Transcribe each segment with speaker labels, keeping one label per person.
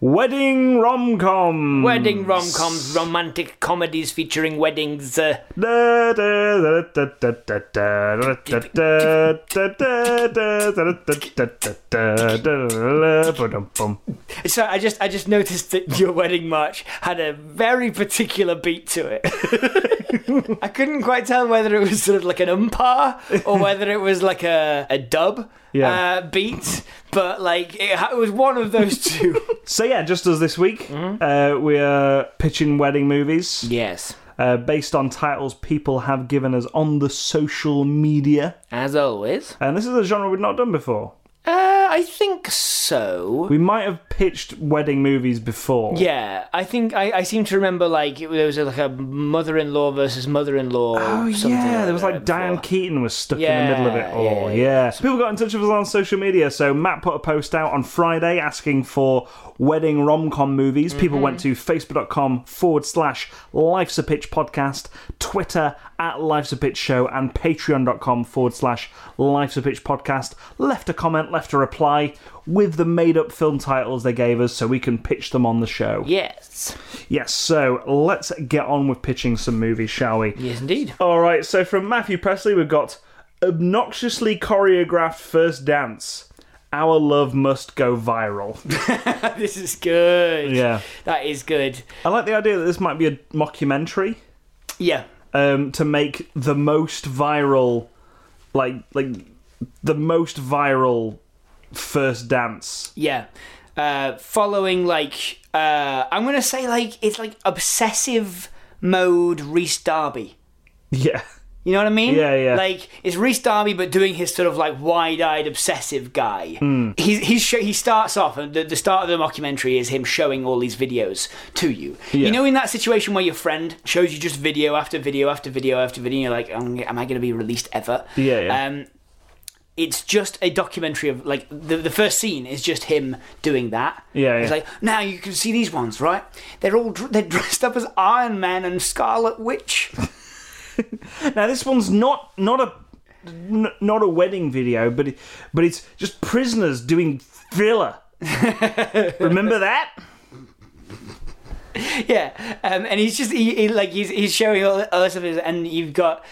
Speaker 1: Wedding rom com.
Speaker 2: Wedding rom coms, romantic comedies featuring weddings. Uh, so I just I just noticed that your wedding march had a very particular beat to it. I couldn't quite tell whether it was sort of like an umpire or whether it was like a a dub
Speaker 1: Yeah.
Speaker 2: uh, beat, but like it, ha- it was one of those two.
Speaker 1: So yeah, just as this week, uh, we are pitching wedding movies
Speaker 2: yes,
Speaker 1: uh, based on titles people have given us on the social media,
Speaker 2: as always.
Speaker 1: and this is a genre we've not done before.
Speaker 2: Uh, I think so.
Speaker 1: We might have pitched wedding movies before.
Speaker 2: Yeah, I think I, I seem to remember like it, there was like a mother-in-law versus mother-in-law.
Speaker 1: Oh
Speaker 2: or something
Speaker 1: yeah, there was like
Speaker 2: that before.
Speaker 1: Diane Keaton was stuck in the
Speaker 2: Yeah,
Speaker 1: middle of it all. Yeah,
Speaker 2: yeah, yeah.
Speaker 1: So people got in touch with us on social media. So Matt put a post out on Friday asking for wedding rom com movies. People went to facebook.com forward slash Life's a Pitch podcast, Twitter at Life's a Pitch show, and patreon.com forward slash Life's a Pitch podcast. Left a comment, left a reply with the made up film titles they gave us so we can pitch them on the show.
Speaker 2: Yes,
Speaker 1: Yes, so let's get on with pitching some movies, shall we?
Speaker 2: yes, indeed.
Speaker 1: All right, so from Matthew Presley, we've got obnoxiously choreographed first dance. Our love must go viral.
Speaker 2: this is good.
Speaker 1: Yeah.
Speaker 2: that is good.
Speaker 1: I like the idea that this might be a mockumentary
Speaker 2: Yeah,
Speaker 1: um, to make the most viral, like like the most viral first dance.
Speaker 2: yeah. Uh, following like uh, I'm gonna say like it's like obsessive mode Reese Darby.
Speaker 1: Yeah,
Speaker 2: You know what I mean?
Speaker 1: Yeah, yeah.
Speaker 2: Like it's Reese Darby, but doing his sort of like wide-eyed, obsessive guy.
Speaker 1: Hmm.
Speaker 2: He's, he's sho- he starts off, and the, the start of the mockumentary is him showing all these videos to you.
Speaker 1: Yeah.
Speaker 2: You know, in that situation where your friend shows you just video after video after video after video, and you're like, "Um, "Am I going to be released ever?"
Speaker 1: Yeah, yeah.
Speaker 2: Um, it's just a documentary of like the, the first scene is just him doing that.
Speaker 1: Yeah,
Speaker 2: It's
Speaker 1: yeah.
Speaker 2: like now you can see these ones, right? They're all dr- they're dressed up as Iron Man and Scarlet Witch.
Speaker 1: Now this one's not not a n- not a wedding video, but it, but it's just prisoners doing thriller. Remember that?
Speaker 2: Yeah, um, and he's just he, he like he's he's showing all, all this stuff, and you've got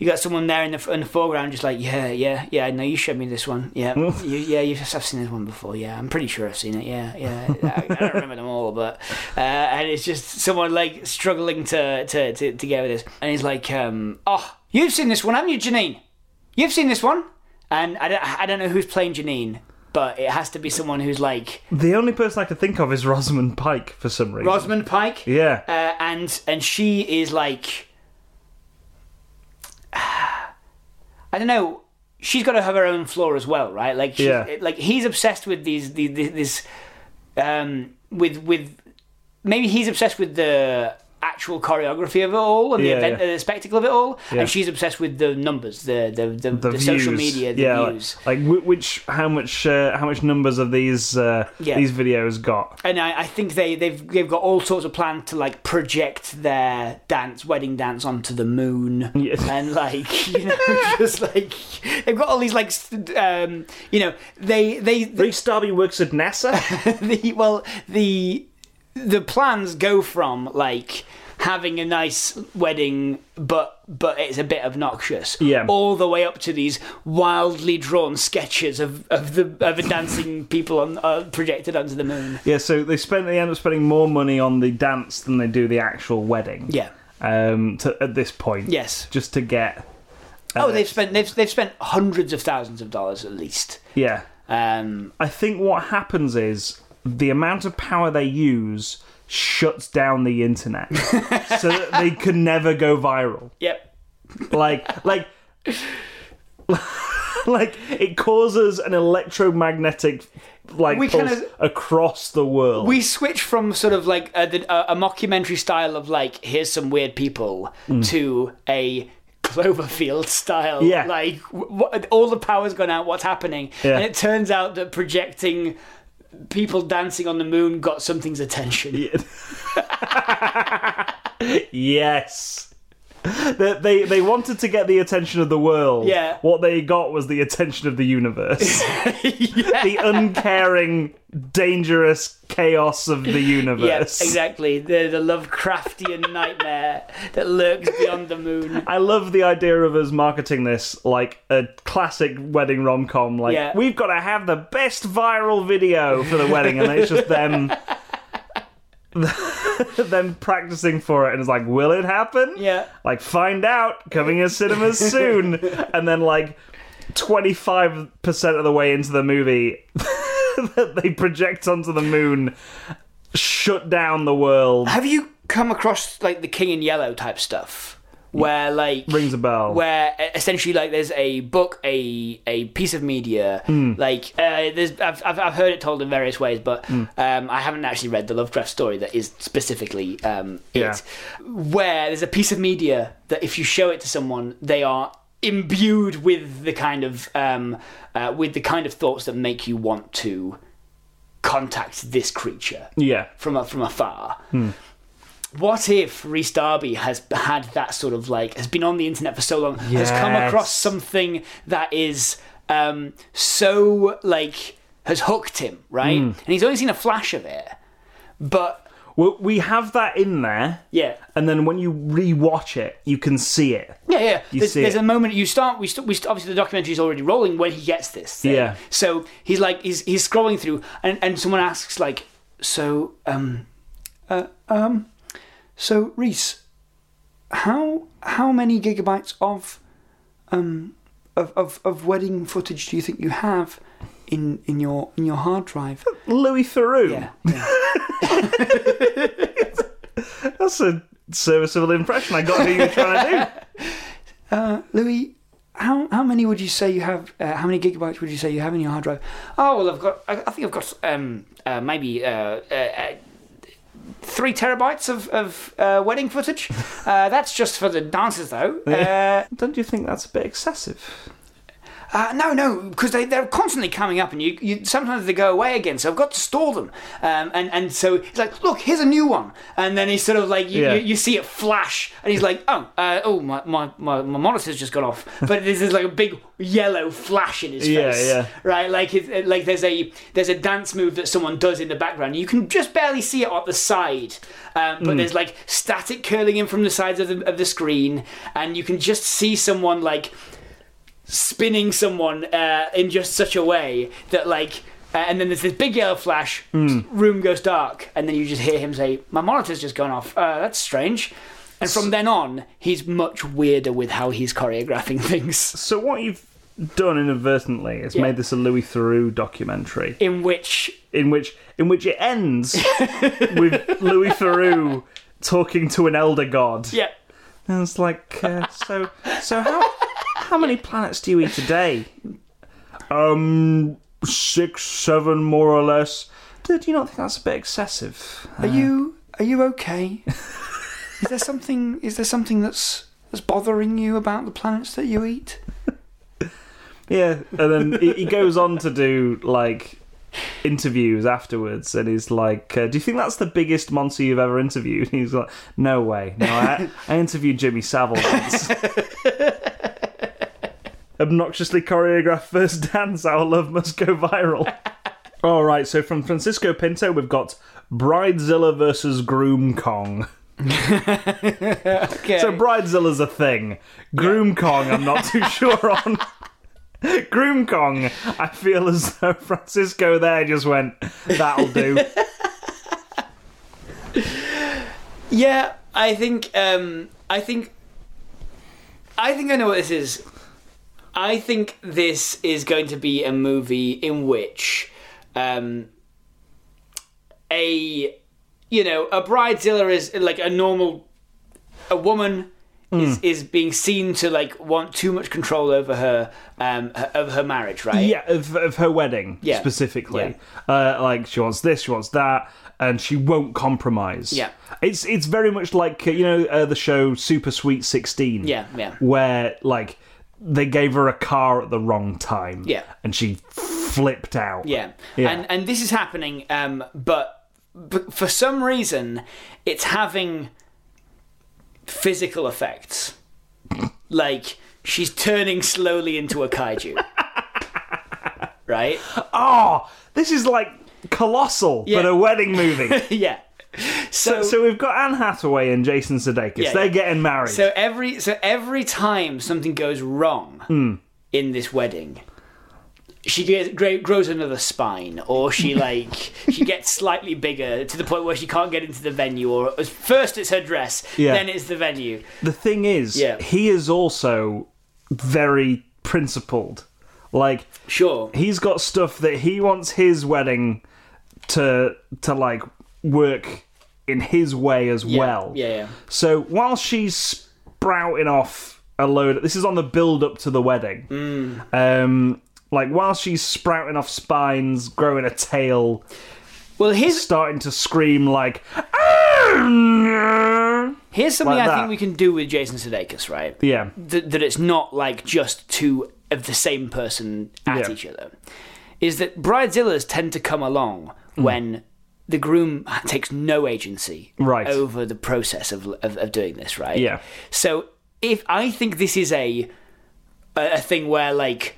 Speaker 2: you got someone there in the f- in the foreground, just like yeah, yeah, yeah. I know you showed me this one. Yeah, you, yeah, you I've seen this one before. Yeah, I'm pretty sure I've seen it. Yeah, yeah. I, I don't remember them all, but uh, and it's just someone like struggling to to to, to get with this, and he's like, um, oh, you've seen this one, haven't you, Janine? You've seen this one, and I don't I don't know who's playing Janine, but it has to be someone who's like
Speaker 1: The only person I can think of is Rosamund Pike for some reason.
Speaker 2: Rosamund Pike.
Speaker 1: yeah.
Speaker 2: uh, and and she is like I don't know. She's got to have her own flaw as well, right? Like, she's,
Speaker 1: Yeah.
Speaker 2: like he's obsessed with these, these, these this, um, with with maybe he's obsessed with the actual choreography of it all and
Speaker 1: Yeah,
Speaker 2: the event,
Speaker 1: yeah.
Speaker 2: the spectacle of it all,
Speaker 1: Yeah.
Speaker 2: and she's obsessed with the numbers, the the the,
Speaker 1: the,
Speaker 2: the, social
Speaker 1: views.
Speaker 2: media, the
Speaker 1: yeah, like-
Speaker 2: views.
Speaker 1: Like, whi- which, how much, uh, how much numbers of these uh,
Speaker 2: Yeah.
Speaker 1: these videos got?
Speaker 2: and I, I think they they've they've got all sorts of plans to like project their dance wedding dance onto the moon
Speaker 1: Yeah.
Speaker 2: and like you know just like they've got all these like st- um you know they they, they
Speaker 1: Reece Darby works at NASA.
Speaker 2: the well the the plans go from like having a nice wedding but but it's a bit obnoxious
Speaker 1: Yeah.
Speaker 2: all the way up to these wildly drawn sketches of of the of the dancing people on uh, projected onto the moon
Speaker 1: yeah, so they spend they end up spending more money on the dance than they do the actual wedding.
Speaker 2: yeah
Speaker 1: Um, to, at this point,
Speaker 2: yes
Speaker 1: just to get. uh,
Speaker 2: Oh, they've spent they've they've spent hundreds of thousands of dollars at least.
Speaker 1: yeah.
Speaker 2: Um,
Speaker 1: I think what happens is the amount of power they use shuts down the internet, so that they can never go viral.
Speaker 2: yep.
Speaker 1: like like like it causes an electromagnetic like
Speaker 2: We
Speaker 1: pulls
Speaker 2: kinda-
Speaker 1: across the world.
Speaker 2: we switch from sort of like a, the- a, a mockumentary style of like here's some weird people to a Cloverfield style,
Speaker 1: Mm. Yeah.
Speaker 2: Like wh- what, all the power's gone out. What's happening?
Speaker 1: Yeah.
Speaker 2: And it turns out that projecting people dancing on the moon got something's attention.
Speaker 1: yes. They, they they wanted to get the attention of the world.
Speaker 2: Yeah.
Speaker 1: What they got was the attention of the universe. The uncaring, dangerous chaos of the universe.
Speaker 2: Yes, exactly. The the Lovecraftian nightmare that lurks beyond the moon.
Speaker 1: I love the idea of us marketing this like a classic wedding rom com. Like,
Speaker 2: Yeah.
Speaker 1: we've got to have the best viral video for the wedding, and it's just them. them practicing for it, and it's like, will it happen?
Speaker 2: Yeah.
Speaker 1: Like, find out, coming to cinemas soon. and then, like, 25% of the way into the movie, that they project onto the moon, shut down the world.
Speaker 2: Have you come across like the King in Yellow type stuff? Where like
Speaker 1: Rings a bell.
Speaker 2: where uh, essentially like there's a book a a piece of media
Speaker 1: Hmm.
Speaker 2: like uh, there's I've, I've I've heard it told in various ways but
Speaker 1: Hmm.
Speaker 2: um, I haven't actually read the Lovecraft story that is specifically um, it
Speaker 1: Yeah.
Speaker 2: where there's a piece of media that if you show it to someone they are imbued with the kind of um, uh, with the kind of thoughts that make you want to contact this creature
Speaker 1: Yeah.
Speaker 2: from a, from afar. What if Reese Darby has had that sort of like has been on the internet for so long, has come
Speaker 1: Yes.
Speaker 2: across something that is um, so like has hooked him, right? And he's only seen a flash of it, but
Speaker 1: Well, we have that in there.
Speaker 2: yeah,
Speaker 1: and then when you re-watch it, you can see it.
Speaker 2: Yeah, yeah.
Speaker 1: You
Speaker 2: there's
Speaker 1: see
Speaker 2: there's
Speaker 1: it.
Speaker 2: a moment you start. We, st- we st- obviously the documentary's already rolling when he gets this. Thing.
Speaker 1: Yeah.
Speaker 2: So he's like he's he's scrolling through, and and someone asks like, so um, uh, um, so Reese, how how many gigabytes of um of, of of wedding footage do you think you have in in your in your hard drive?
Speaker 1: Louis Theroux.
Speaker 2: Yeah. yeah.
Speaker 1: That's a serviceable impression. I got who you were trying to do.
Speaker 2: uh, Louis, how how many would you say you have? Uh, how many gigabytes would you say you have in your hard drive? Oh well, I've got. I, I think I've got um, uh, maybe uh, uh, uh, three terabytes of of uh, wedding footage. Uh, that's just for the dances, though. Uh,
Speaker 1: Don't you think that's a bit excessive?
Speaker 2: uh, no, no, because they they're constantly coming up, and you, you sometimes they go away again. So I've got to store them, um, and and so it's like, look, here's a new one, and then he's sort of like, you,
Speaker 1: Yeah.
Speaker 2: you, you see it flash, and he's like, oh, uh, oh, my, my my my monitor's just gone off, but this is like a big yellow flash in his
Speaker 1: Yeah,
Speaker 2: face,
Speaker 1: yeah.
Speaker 2: right? Like it's, like there's a there's a dance move that someone does in the background. You can just barely see it at the side, um,
Speaker 1: Hmm.
Speaker 2: but there's like static curling in from the sides of the of the screen, and you can just see someone like spinning someone uh, in just such a way that like uh, and then there's this big yellow flash
Speaker 1: Hmm.
Speaker 2: room goes dark and then you just hear him say my monitor's just gone off uh, that's strange and from then on he's much weirder with how he's choreographing things
Speaker 1: So what you've done inadvertently is
Speaker 2: Yeah.
Speaker 1: made this a Louis Theroux documentary,
Speaker 2: in which
Speaker 1: in which in which it ends with Louis Theroux talking to an elder god.
Speaker 2: yeah
Speaker 1: And it's like, uh, so, so how how many planets do you eat a day? Um, six, seven, more or less. Do, do you not think that's a bit excessive?
Speaker 2: are you are you okay is there something is there something that's that's bothering you about the planets that you eat
Speaker 1: Yeah. And then he, he goes on to do like interviews afterwards, and he's like, uh, "Do you think that's the biggest monster you've ever interviewed?" And he's like, "No way. No, I, I interviewed Jimmy Savile once." Obnoxiously choreographed first dance. Our love must go viral. All right, so from Francisco Pinto, we've got Bridezilla versus Groom Kong.
Speaker 2: okay
Speaker 1: So Bridezilla's a thing. Groom Kong, I'm not too sure on. Groom Kong, I feel as though Francisco there just went, that'll do.
Speaker 2: Yeah, I think um, I think I think I know what this is. I think this is going to be a movie in which um, a you know a bridezilla is like a normal a woman is, is being seen to like want too much control over her um her, over her marriage, right?
Speaker 1: Yeah, of, of her wedding
Speaker 2: Yeah.
Speaker 1: specifically. Uh, like she wants this, she wants that, and she won't compromise.
Speaker 2: Yeah.
Speaker 1: it's it's very much like uh, you know uh, the show Super Sweet Sixteen.
Speaker 2: Yeah, yeah.
Speaker 1: Where like they gave her a car at the wrong time.
Speaker 2: Yeah.
Speaker 1: and she flipped out.
Speaker 2: Yeah.
Speaker 1: Yeah.
Speaker 2: And and this is happening, um, but, but for some reason, it's having physical effects. Like she's turning slowly into a kaiju. right?
Speaker 1: Oh, this is like colossal,
Speaker 2: Yeah.
Speaker 1: but a wedding movie.
Speaker 2: yeah. So, so
Speaker 1: so we've got Anne Hathaway and Jason Sudeikis.
Speaker 2: Yeah,
Speaker 1: They're
Speaker 2: yeah.
Speaker 1: getting married.
Speaker 2: every so every time something goes wrong
Speaker 1: Hmm.
Speaker 2: in this wedding, she gets, gra- grows another spine, or she like she gets slightly bigger to the point where she can't get into the venue. Or first it's her dress,
Speaker 1: Yeah.
Speaker 2: then it's the venue.
Speaker 1: the thing is,
Speaker 2: Yeah.
Speaker 1: he is also very principled. Like
Speaker 2: Sure.
Speaker 1: he's got stuff that he wants his wedding to to like work in his way as well.
Speaker 2: yeah, yeah.
Speaker 1: So while she's sprouting off a load, this is on the build up to the wedding.
Speaker 2: Mm.
Speaker 1: Um, like while she's sprouting off spines, growing a tail,
Speaker 2: Well, here's
Speaker 1: starting to scream like. "Ah!"
Speaker 2: here's something
Speaker 1: like
Speaker 2: I
Speaker 1: that.
Speaker 2: think we can do with Jason Sudeikis, right?
Speaker 1: Yeah.
Speaker 2: Th- that it's not like just two of the same person at
Speaker 1: Yeah.
Speaker 2: each other. Is that bridezillas tend to come along
Speaker 1: Hmm.
Speaker 2: when the groom takes no agency
Speaker 1: Right.
Speaker 2: over the process of, of of doing this, right?
Speaker 1: Yeah.
Speaker 2: So if I think this is a a a thing where like.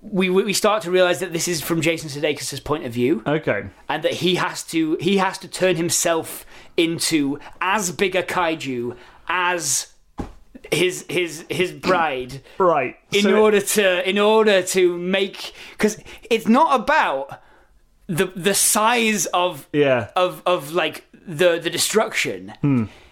Speaker 2: We, we we start to realize that this is from Jason Sudeikis' point of view.
Speaker 1: Okay.
Speaker 2: and that he has to he has to turn himself into as big a kaiju as his his his bride
Speaker 1: Right.
Speaker 2: in
Speaker 1: so-
Speaker 2: order to in order to make because it's not about the the size of
Speaker 1: Yeah.
Speaker 2: of of like the the destruction.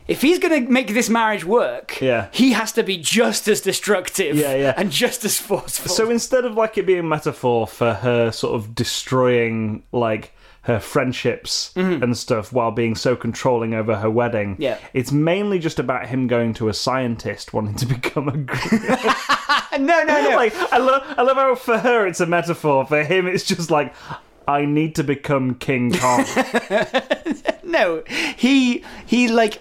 Speaker 2: If he's going to make this marriage work,
Speaker 1: Hmm. Yeah.
Speaker 2: he has to be just as destructive
Speaker 1: Yeah, yeah.
Speaker 2: and just as forceful.
Speaker 1: So instead of like it being a metaphor for her sort of destroying like her friendships and stuff while being so controlling over her wedding,
Speaker 2: Mm-hmm. Yeah.
Speaker 1: it's mainly just about him going to a scientist wanting to become a. gr-
Speaker 2: no, no, no.
Speaker 1: like I love, I love how for her it's a metaphor. For him, it's just like. I need to become King Kong.
Speaker 2: No, he he like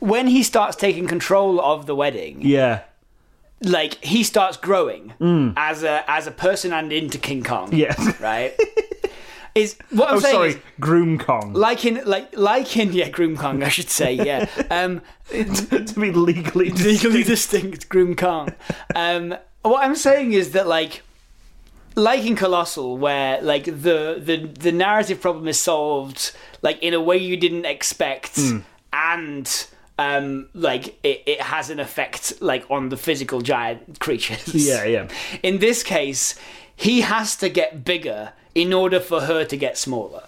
Speaker 2: when he starts taking control of the wedding,
Speaker 1: yeah,
Speaker 2: like he starts growing as a as a person and into King Kong.
Speaker 1: Mm. yeah.
Speaker 2: right. Is what I'm
Speaker 1: Oh,
Speaker 2: saying
Speaker 1: sorry,
Speaker 2: is
Speaker 1: Groom Kong.
Speaker 2: like in like like in yeah Groom Kong I should say yeah um
Speaker 1: to be legally
Speaker 2: legally distinct Groom Kong. Um, what I'm saying is that like like in Colossal, where like the the the narrative problem is solved like in a way you didn't expect,
Speaker 1: Hmm.
Speaker 2: and um like it, it has an effect like on the physical giant creatures.
Speaker 1: Yeah, yeah.
Speaker 2: In this case, he has to get bigger in order for her to get smaller.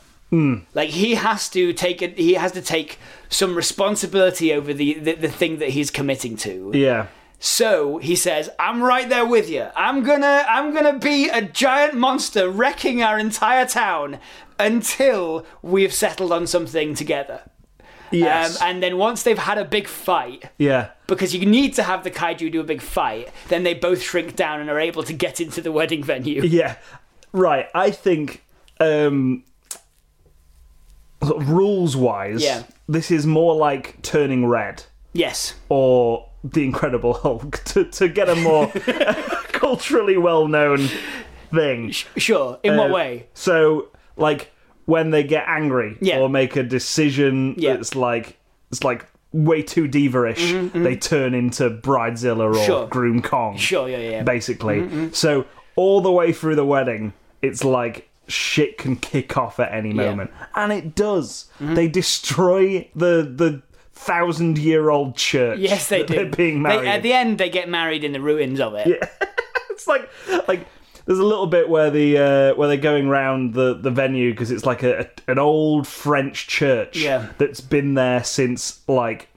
Speaker 2: Like he has to take it. He has to take some responsibility over the, the the thing that he's committing to.
Speaker 1: Yeah,
Speaker 2: So he says, "I'm right there with you. I'm gonna I'm gonna be a giant monster wrecking our entire town until we've settled on something together."
Speaker 1: yes,
Speaker 2: Um, and then once they've had a big fight,
Speaker 1: yeah.
Speaker 2: because you need to have the kaiju do a big fight, then they both shrink down and are able to get into the wedding venue.
Speaker 1: Yeah, right. I think um, rules wise,
Speaker 2: Yeah.
Speaker 1: this is more like turning red
Speaker 2: Yes.
Speaker 1: or the Incredible Hulk to, to get a more culturally well known thing.
Speaker 2: Sure. In what
Speaker 1: Uh,
Speaker 2: way?
Speaker 1: So, like when they get angry
Speaker 2: Yeah.
Speaker 1: or make a decision
Speaker 2: Yeah. Mm-hmm,
Speaker 1: that's like it's like way too diva-ish, they turn into Bridezilla or
Speaker 2: Sure.
Speaker 1: Groom Kong
Speaker 2: Sure. Yeah. Yeah. yeah.
Speaker 1: basically. So all the way through the wedding, it's like shit can kick off at any moment, and it does.
Speaker 2: Mm-hmm.
Speaker 1: They destroy the the thousand year old church.
Speaker 2: Yes, they
Speaker 1: that
Speaker 2: do.
Speaker 1: They're being
Speaker 2: They-
Speaker 1: married.
Speaker 2: at the end, they get married in the ruins of it.
Speaker 1: it's like like. There's a little bit where the uh, where they're going round the, the venue because it's like a, a- an old French church
Speaker 2: Yeah.
Speaker 1: that's been there since like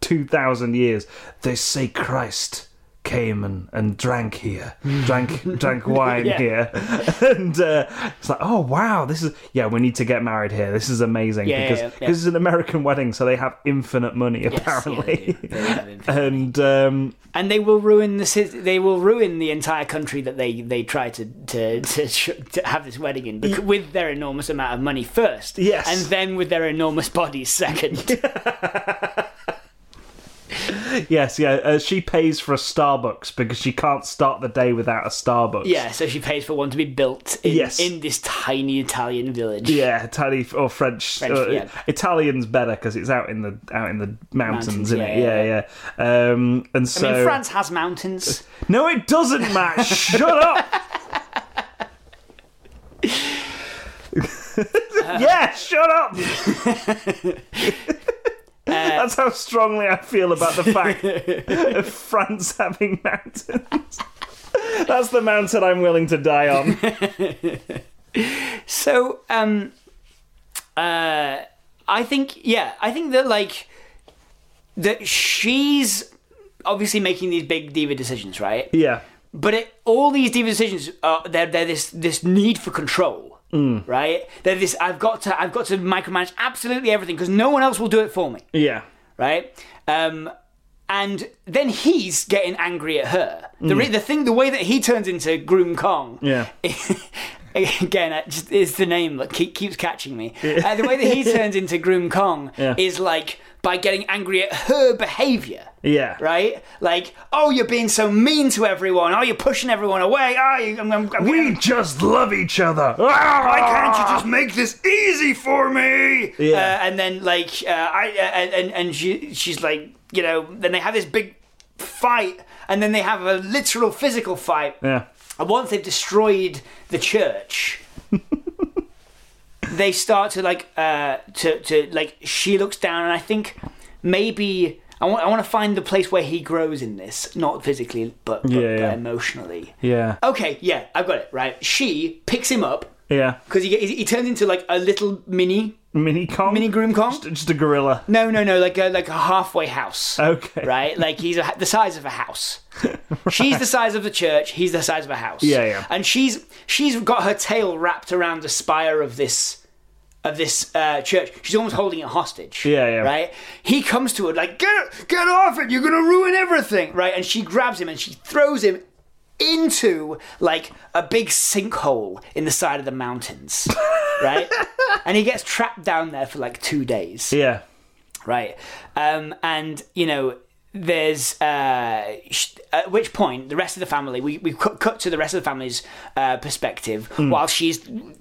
Speaker 1: two thousand years. They say Christ came and, and drank here, drank drank wine
Speaker 2: Yeah.
Speaker 1: here, and uh, it's like, oh wow, this is yeah, we need to get married here. This is amazing
Speaker 2: Yeah, yeah,
Speaker 1: because
Speaker 2: yeah, yeah.
Speaker 1: 'cause it's an American wedding, so they have infinite money
Speaker 2: Yes, yeah, they
Speaker 1: apparently,
Speaker 2: do. They have influence.
Speaker 1: and um,
Speaker 2: and they will ruin the city, they will ruin the entire country that they they try to to, to, sh- to have this wedding in bec- with their enormous amount of money first
Speaker 1: Mm. Yes.
Speaker 2: and then with their enormous bodies second
Speaker 1: yes, yeah, uh, she pays for a Starbucks because she can't start the day without a Starbucks.
Speaker 2: yeah so she pays for one to be built in,
Speaker 1: Yes.
Speaker 2: in this tiny italian village
Speaker 1: Yeah, Italian or French.
Speaker 2: French,
Speaker 1: uh,
Speaker 2: yeah.
Speaker 1: Italian's better because it's out in the out in the mountains,
Speaker 2: Mountains,
Speaker 1: isn't it?
Speaker 2: yeah,
Speaker 1: Yeah, yeah. Um, and
Speaker 2: I
Speaker 1: so Uh.
Speaker 2: mean, France has mountains.
Speaker 1: No, it doesn't, Matt. Shut up. yeah, shut up. Uh, That's how strongly I feel about the fact of France having mountains. That's the mountain I'm willing to die on.
Speaker 2: So, um, uh, I think, yeah, I think that, like, that she's obviously making these big diva decisions, right?
Speaker 1: Yeah.
Speaker 2: But it, all these diva decisions are they're, they're this this need for control,
Speaker 1: Mm.
Speaker 2: right? They're this I've got to I've got to micromanage absolutely everything because no one else will do it for me,
Speaker 1: Yeah.
Speaker 2: right? Um, and then he's getting angry at her. The re- the thing the way that he turns into Groom Kong,
Speaker 1: Mm. Yeah.
Speaker 2: Again, I just, it's the name that keep, keeps catching me. Uh, the way that he turns into Groom Kong
Speaker 1: Yeah.
Speaker 2: is like by getting angry at her behavior
Speaker 1: Yeah.
Speaker 2: right? Like, oh, you're being so mean to everyone. Oh, you're pushing everyone away. Oh, you, I'm, I'm, I'm
Speaker 1: We just love each other. Why
Speaker 2: can't you just
Speaker 1: make this easy for me?
Speaker 2: Uh,
Speaker 1: Yeah.
Speaker 2: and then like, uh, I uh, and and she she's like, you know, then they have this big fight, and then they have a literal physical fight.
Speaker 1: yeah.
Speaker 2: And once they've destroyed the church. they start to like uh to to like she looks down and i think maybe i want i want to find the place where he grows in this not physically but but,
Speaker 1: Yeah, yeah.
Speaker 2: but emotionally
Speaker 1: Yeah.
Speaker 2: Okay, yeah, I've got it right. She picks him up
Speaker 1: Yeah.
Speaker 2: because he, he he turns into like a little mini
Speaker 1: Mini Kong?
Speaker 2: mini groom Kong.
Speaker 1: Just, just a Oh, gorilla.
Speaker 2: No, no, no, like a like a halfway house.
Speaker 1: Okay.
Speaker 2: Right, like he's a, the size of a house. She's the size of the church. He's the size of a house.
Speaker 1: Yeah, yeah.
Speaker 2: And she's she's got her tail wrapped around the spire of this of this uh, church. She's almost holding it hostage.
Speaker 1: Yeah, yeah.
Speaker 2: Right. He comes to her like get get off it. You're gonna ruin everything. Right. And she grabs him and she throws him into like a big sinkhole in the side of the mountains. right. And he gets trapped down there for like two days
Speaker 1: Yeah.
Speaker 2: right? Um, and you know, there's uh, sh- at which point the rest of the family we we cut, cut to the rest of the family's uh, perspective while she's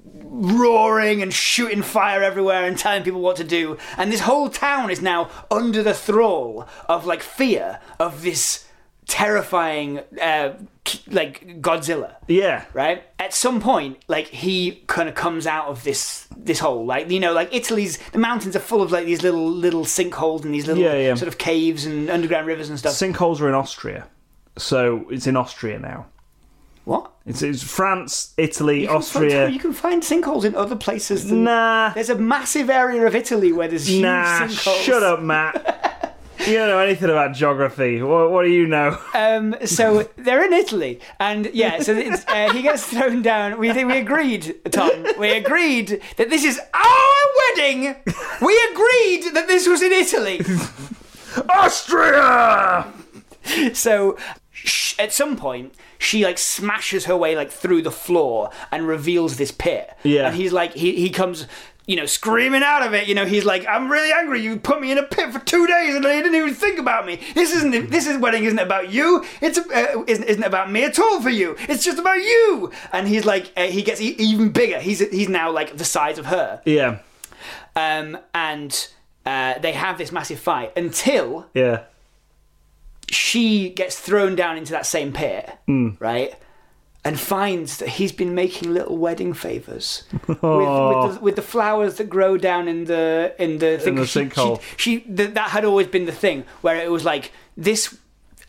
Speaker 2: roaring and shooting fire everywhere and telling people what to do, and this whole town is now under the thrall of like fear of this terrifying uh, k- like Godzilla
Speaker 1: Yeah.
Speaker 2: right? At some point, like he kind of comes out of this this hole, like you know, like Italy's the mountains are full of like these little little sinkholes and these little
Speaker 1: Yeah, yeah.
Speaker 2: sort of caves and underground rivers and stuff.
Speaker 1: Sinkholes are in Austria. So it's in Austria now.
Speaker 2: what?
Speaker 1: It's, it's France, Italy,
Speaker 2: You can find-
Speaker 1: Austria.
Speaker 2: you can find sinkholes in other places. Than,
Speaker 1: Nah.
Speaker 2: There's a massive area of Italy where there's huge
Speaker 1: Nah.
Speaker 2: sinkholes.
Speaker 1: Shut up, Matt. you don't know anything about geography. What, what do you know?
Speaker 2: Um, so they're in Italy, and yeah, so it's, uh, he gets thrown down. We we agreed, Tom. We agreed that this is our wedding. We agreed that this was in Italy.
Speaker 1: Austria!
Speaker 2: So sh- at some point, she like smashes her way like through the floor and reveals this pit.
Speaker 1: Yeah.
Speaker 2: And he's like, he, he comes, you know, screaming out of it. You know, he's like, I'm really angry. You put me in a pit for two days and you didn't even think about me. This isn't this is wedding isn't about you. It's uh, isn't isn't about me at all for you. It's just about you. And he's like, uh, he gets e- even bigger. He's he's now like the size of her.
Speaker 1: Yeah.
Speaker 2: Um, and uh, they have this massive fight until
Speaker 1: Yeah.
Speaker 2: she gets thrown down into that same pit,
Speaker 1: Hmm.
Speaker 2: right? And finds that he's been making little wedding favors with, with, the, with the flowers that grow down in the in the thing.
Speaker 1: Oh. the
Speaker 2: 'Cause she-
Speaker 1: sinkhole.
Speaker 2: She, she th- that had always been the thing where it was like this.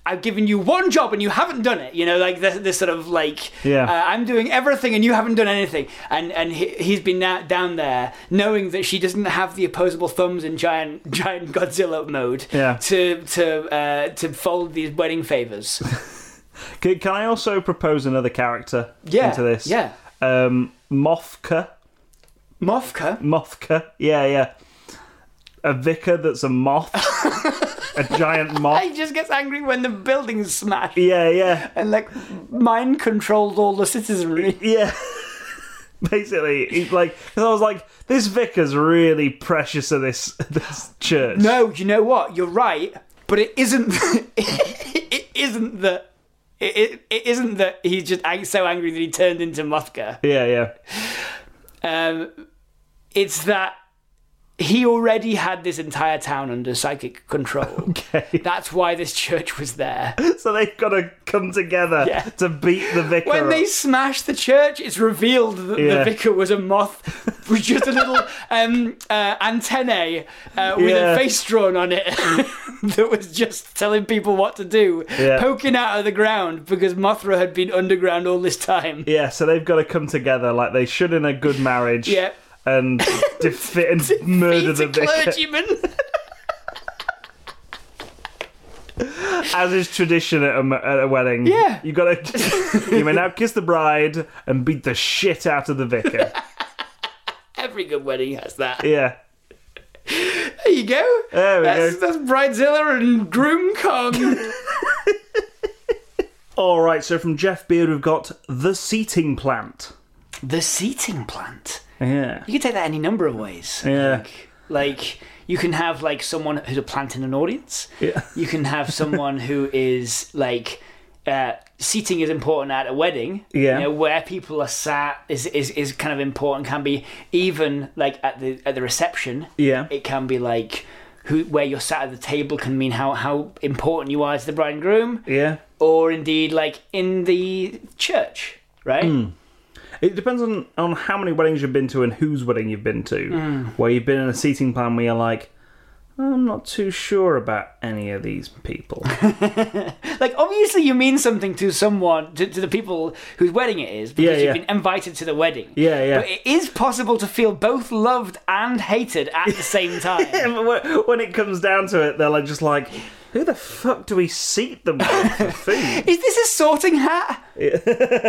Speaker 2: I've given you one job and you haven't done it. You know, like this, this sort of like
Speaker 1: Yeah.
Speaker 2: uh, I'm doing everything and you haven't done anything. And and he, he's been na- down there knowing that she doesn't have the opposable thumbs in giant giant Godzilla mode
Speaker 1: Yeah.
Speaker 2: to to uh, to fold these wedding favors.
Speaker 1: Can, can I also propose another character
Speaker 2: Yeah,
Speaker 1: into this?
Speaker 2: yeah.
Speaker 1: Um, Mofka.
Speaker 2: Mofka.
Speaker 1: Mofka. Yeah, yeah. A vicar that's a moth. a giant moth.
Speaker 2: He just gets angry when the building's smashed
Speaker 1: Yeah, yeah.
Speaker 2: and like mind controls all the citizenry.
Speaker 1: Yeah. Basically, he's like, because I was like, this vicar's really precious to this this church.
Speaker 2: No, you know what? You're right, but it isn't. it isn't that. It, it, it isn't that he's just ang- so angry that he turned into Mothka.
Speaker 1: Yeah, yeah.
Speaker 2: Um, it's that he already had this entire town under psychic control.
Speaker 1: Okay.
Speaker 2: That's why this church was there.
Speaker 1: So they've got to come together
Speaker 2: Yeah.
Speaker 1: to beat the vicar.
Speaker 2: When
Speaker 1: up.
Speaker 2: they smash the church, it's revealed that
Speaker 1: Yeah.
Speaker 2: the vicar was a moth with just a little um, uh, antennae uh, with
Speaker 1: Yeah.
Speaker 2: a face drawn on it that was just telling people what to do,
Speaker 1: Yeah.
Speaker 2: poking out of the ground because Mothra had been underground all this time.
Speaker 1: Yeah, so they've got to come together like they should in a good marriage.
Speaker 2: Yeah.
Speaker 1: And defeat and murder
Speaker 2: He's
Speaker 1: the
Speaker 2: a
Speaker 1: vicar
Speaker 2: clergyman.
Speaker 1: as is tradition at a, m- at a wedding.
Speaker 2: Yeah.
Speaker 1: you got to. you may now kiss the bride and beat the shit out of the vicar.
Speaker 2: Every good wedding has that.
Speaker 1: yeah,
Speaker 2: There you go.
Speaker 1: There we
Speaker 2: that's,
Speaker 1: go.
Speaker 2: That's Bridezilla and Groom Kong.
Speaker 1: All right, so from Jeff Beard, we've got the seating plant.
Speaker 2: the seating plant.
Speaker 1: Yeah.
Speaker 2: You can take that any number of ways. I
Speaker 1: Yeah.
Speaker 2: think. Like you can have like someone who's a plant in an audience.
Speaker 1: Yeah.
Speaker 2: You can have someone who is like uh, seating is important at a wedding.
Speaker 1: Yeah.
Speaker 2: You know, where people are sat is, is is kind of important. Can be even like at the at the reception.
Speaker 1: Yeah.
Speaker 2: It can be like who where you're sat at the table can mean how how important you are to the bride and groom,
Speaker 1: Yeah.
Speaker 2: or indeed like in the church, right?
Speaker 1: Hmm. It depends on, on how many weddings you've been to and whose wedding you've been to. Where you've been in a seating plan where you're like, I'm not too sure about any of these people.
Speaker 2: Like obviously you mean something to someone to, to the people whose wedding it is
Speaker 1: Yeah,
Speaker 2: because
Speaker 1: yeah.
Speaker 2: you've been invited to the wedding.
Speaker 1: Yeah, yeah.
Speaker 2: But it is possible to feel both loved and hated at the same time.
Speaker 1: And when- when it comes down to it, they're like, just like, who the fuck do we seat them with for food?
Speaker 2: Is this a sorting hat?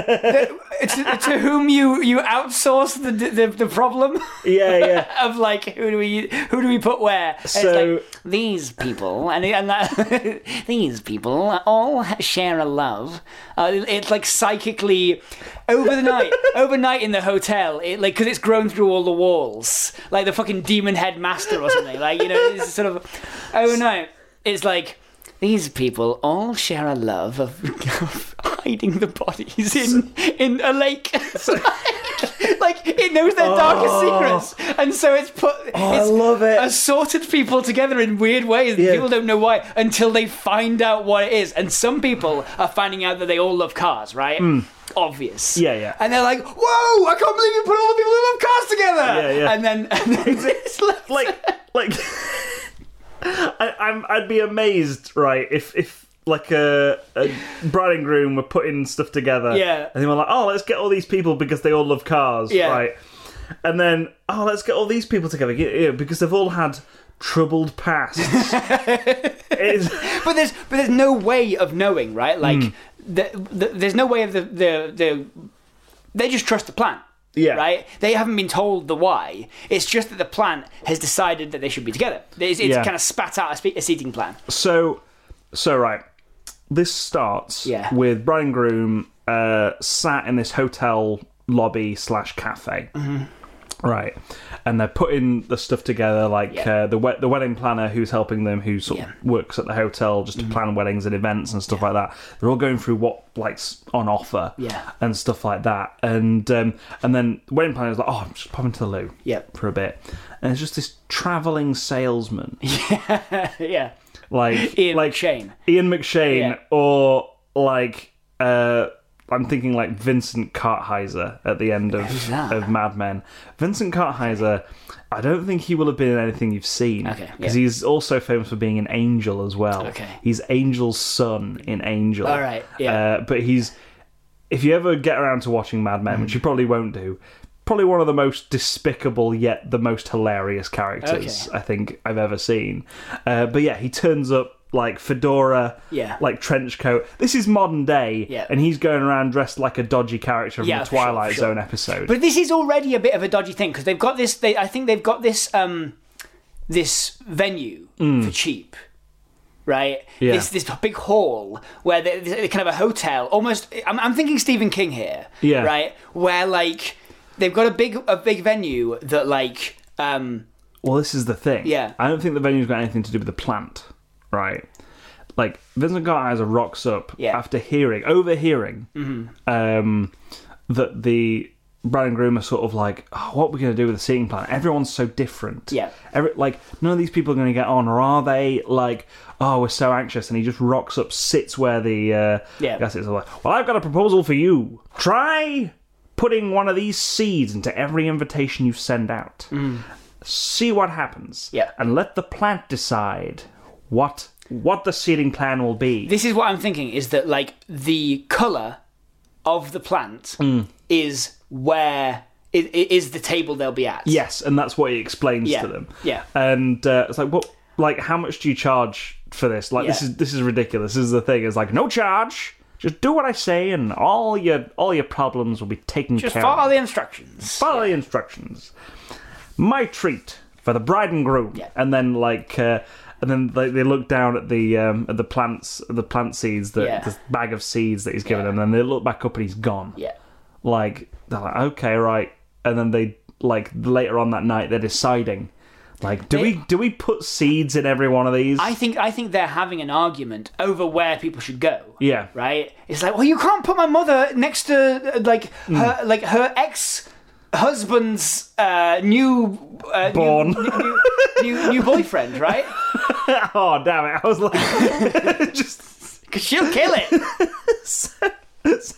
Speaker 2: to, to whom you, you outsource the, the the problem
Speaker 1: Yeah, yeah.
Speaker 2: of like who do we who do we put where? And
Speaker 1: So-
Speaker 2: it's like, these people and and that, these people all share a love. Uh, it's like psychically over the night, overnight in the hotel, it, like because it's grown through all the walls, like the fucking demon head master or something. Like you know, it's sort of oh no, it's like. These people all share a love of, of hiding the bodies in in a lake. like, it knows their darkest secrets, and so it's put.
Speaker 1: Oh, I
Speaker 2: it's
Speaker 1: love it.
Speaker 2: Assorted people together in weird ways. that
Speaker 1: Yeah.
Speaker 2: People don't know why until they find out what it is. And some people are finding out that they all love cars, right? Obvious.
Speaker 1: Hmm. Yeah, yeah.
Speaker 2: And they're like, "Whoa! I can't believe you put all the people who love cars together."
Speaker 1: Yeah, yeah.
Speaker 2: And then, and then it's like,
Speaker 1: Like, like, I, I'm, I'd be amazed, right, if, if like a, a bride and groom were putting stuff together.
Speaker 2: Yeah.
Speaker 1: And they were like, oh, let's get all these people because they all love cars,
Speaker 2: Yeah.
Speaker 1: right? And then, oh, let's get all these people together yeah, yeah, because they've all had troubled pasts. It's-
Speaker 2: but there's but there's no way of knowing, right? Like,
Speaker 1: Hmm.
Speaker 2: the, the, there's no way of the the, the they just trust the plant.
Speaker 1: Yeah.
Speaker 2: Right? They haven't been told the why. It's just that the plant has decided that they should be together. It's, it's
Speaker 1: Yeah.
Speaker 2: kind of spat out a, spe- a seating plan.
Speaker 1: So, so right. This starts
Speaker 2: Yeah.
Speaker 1: with Brian Groom uh, sat in this hotel lobby slash cafe.
Speaker 2: Mm-hmm.
Speaker 1: Right, and they're putting the stuff together, like
Speaker 2: Yeah.
Speaker 1: uh, the we- the wedding planner who's helping them, who sort of
Speaker 2: Yeah. Mm-hmm.
Speaker 1: works at the hotel just to plan weddings and events and stuff like that. They're all going through what like's on offer,
Speaker 2: Yeah.
Speaker 1: and stuff like that. And um, and then the wedding planner's like, "Oh, I'm just popping to the loo,
Speaker 2: Yep.
Speaker 1: for a bit." And it's just this traveling salesman,
Speaker 2: yeah.
Speaker 1: like
Speaker 2: Ian
Speaker 1: like
Speaker 2: McShane.
Speaker 1: Ian McShane
Speaker 2: Yeah.
Speaker 1: or like uh I'm thinking like Vincent Kartheiser at the end of,
Speaker 2: that?
Speaker 1: of Mad Men. Vincent Kartheiser, I don't think he will have been in anything you've seen.
Speaker 2: Okay,
Speaker 1: Because
Speaker 2: yeah.
Speaker 1: he's also famous for being an angel as well.
Speaker 2: Okay.
Speaker 1: He's Angel's son in Angel.
Speaker 2: All right, yeah.
Speaker 1: Uh, but he's, if you ever get around to watching Mad Men,
Speaker 2: Mm.
Speaker 1: which you probably won't do, probably one of the most despicable yet the most hilarious characters. I think I've ever seen. Uh, but yeah, he turns up like fedora,
Speaker 2: Yeah.
Speaker 1: like trench coat. This is modern day,
Speaker 2: Yeah.
Speaker 1: and he's going around dressed like a dodgy character from
Speaker 2: Yeah,
Speaker 1: the
Speaker 2: sure,
Speaker 1: Twilight
Speaker 2: sure.
Speaker 1: Zone episode.
Speaker 2: But this is already a bit of a dodgy thing because they've got this. They, I think they've got this um, this venue for cheap, right?
Speaker 1: Mm. Yeah.
Speaker 2: This this big hall where they, they kind of a hotel, almost. I'm, I'm thinking Stephen King here,
Speaker 1: Yeah.
Speaker 2: right? Where like they've got a big a big venue that like um,
Speaker 1: well, this is the thing.
Speaker 2: Yeah.
Speaker 1: I don't think the venue's got anything to do with the plant, right? Like Vincent Kartheiser rocks up
Speaker 2: Yeah. Mm-hmm.
Speaker 1: after hearing, overhearing, um, that the Brad and Groom are sort of like, oh, what are we going to do with the seeing plant? Everyone's so different.
Speaker 2: Yeah.
Speaker 1: Every, like none of these people are going to get on, or are they? Like, oh, we're so anxious, and he just rocks up, sits where the uh,
Speaker 2: Yeah.
Speaker 1: guy sits, like, well, I've got a proposal for you. Try putting one of these seeds into every invitation you send out.
Speaker 2: Mm.
Speaker 1: See what happens.
Speaker 2: Yeah.
Speaker 1: and let the plant decide what what the seeding plan will be.
Speaker 2: this is what I'm thinking is that like the color of the plant
Speaker 1: Mm.
Speaker 2: is where it, it is the table they'll be at.
Speaker 1: Yes, and that's what he explains
Speaker 2: Yeah,
Speaker 1: to them.
Speaker 2: yeah.
Speaker 1: and uh, it's like, what? Like, how much do you charge for this? Like, this
Speaker 2: Yeah.
Speaker 1: is this is ridiculous. This is the thing. It's like no charge. Just do what I say, and all your all your problems will be taken
Speaker 2: Just
Speaker 1: care
Speaker 2: follow
Speaker 1: of.
Speaker 2: the instructions.
Speaker 1: Follow the instructions. My treat for the bride and groom.
Speaker 2: Yeah.
Speaker 1: And then like. Uh, and then they, they look down at the um, at the plants, the plant seeds, the,
Speaker 2: Yeah.
Speaker 1: the bag of seeds that he's given
Speaker 2: Yeah.
Speaker 1: them. And then they look back up, and he's gone
Speaker 2: Yeah.
Speaker 1: like they're like okay right and then they like later on that night they're deciding like do we do we put seeds in every one of these
Speaker 2: I think I think they're having an argument over where people should go.
Speaker 1: yeah
Speaker 2: Right? It's like, well, you can't put my mother next to uh, like
Speaker 1: Hmm.
Speaker 2: her like her ex husband's uh, new uh, new-
Speaker 1: Born.
Speaker 2: new, new, new, new boyfriend, right?
Speaker 1: oh damn it i was like just
Speaker 2: Because she'll kill it.
Speaker 1: so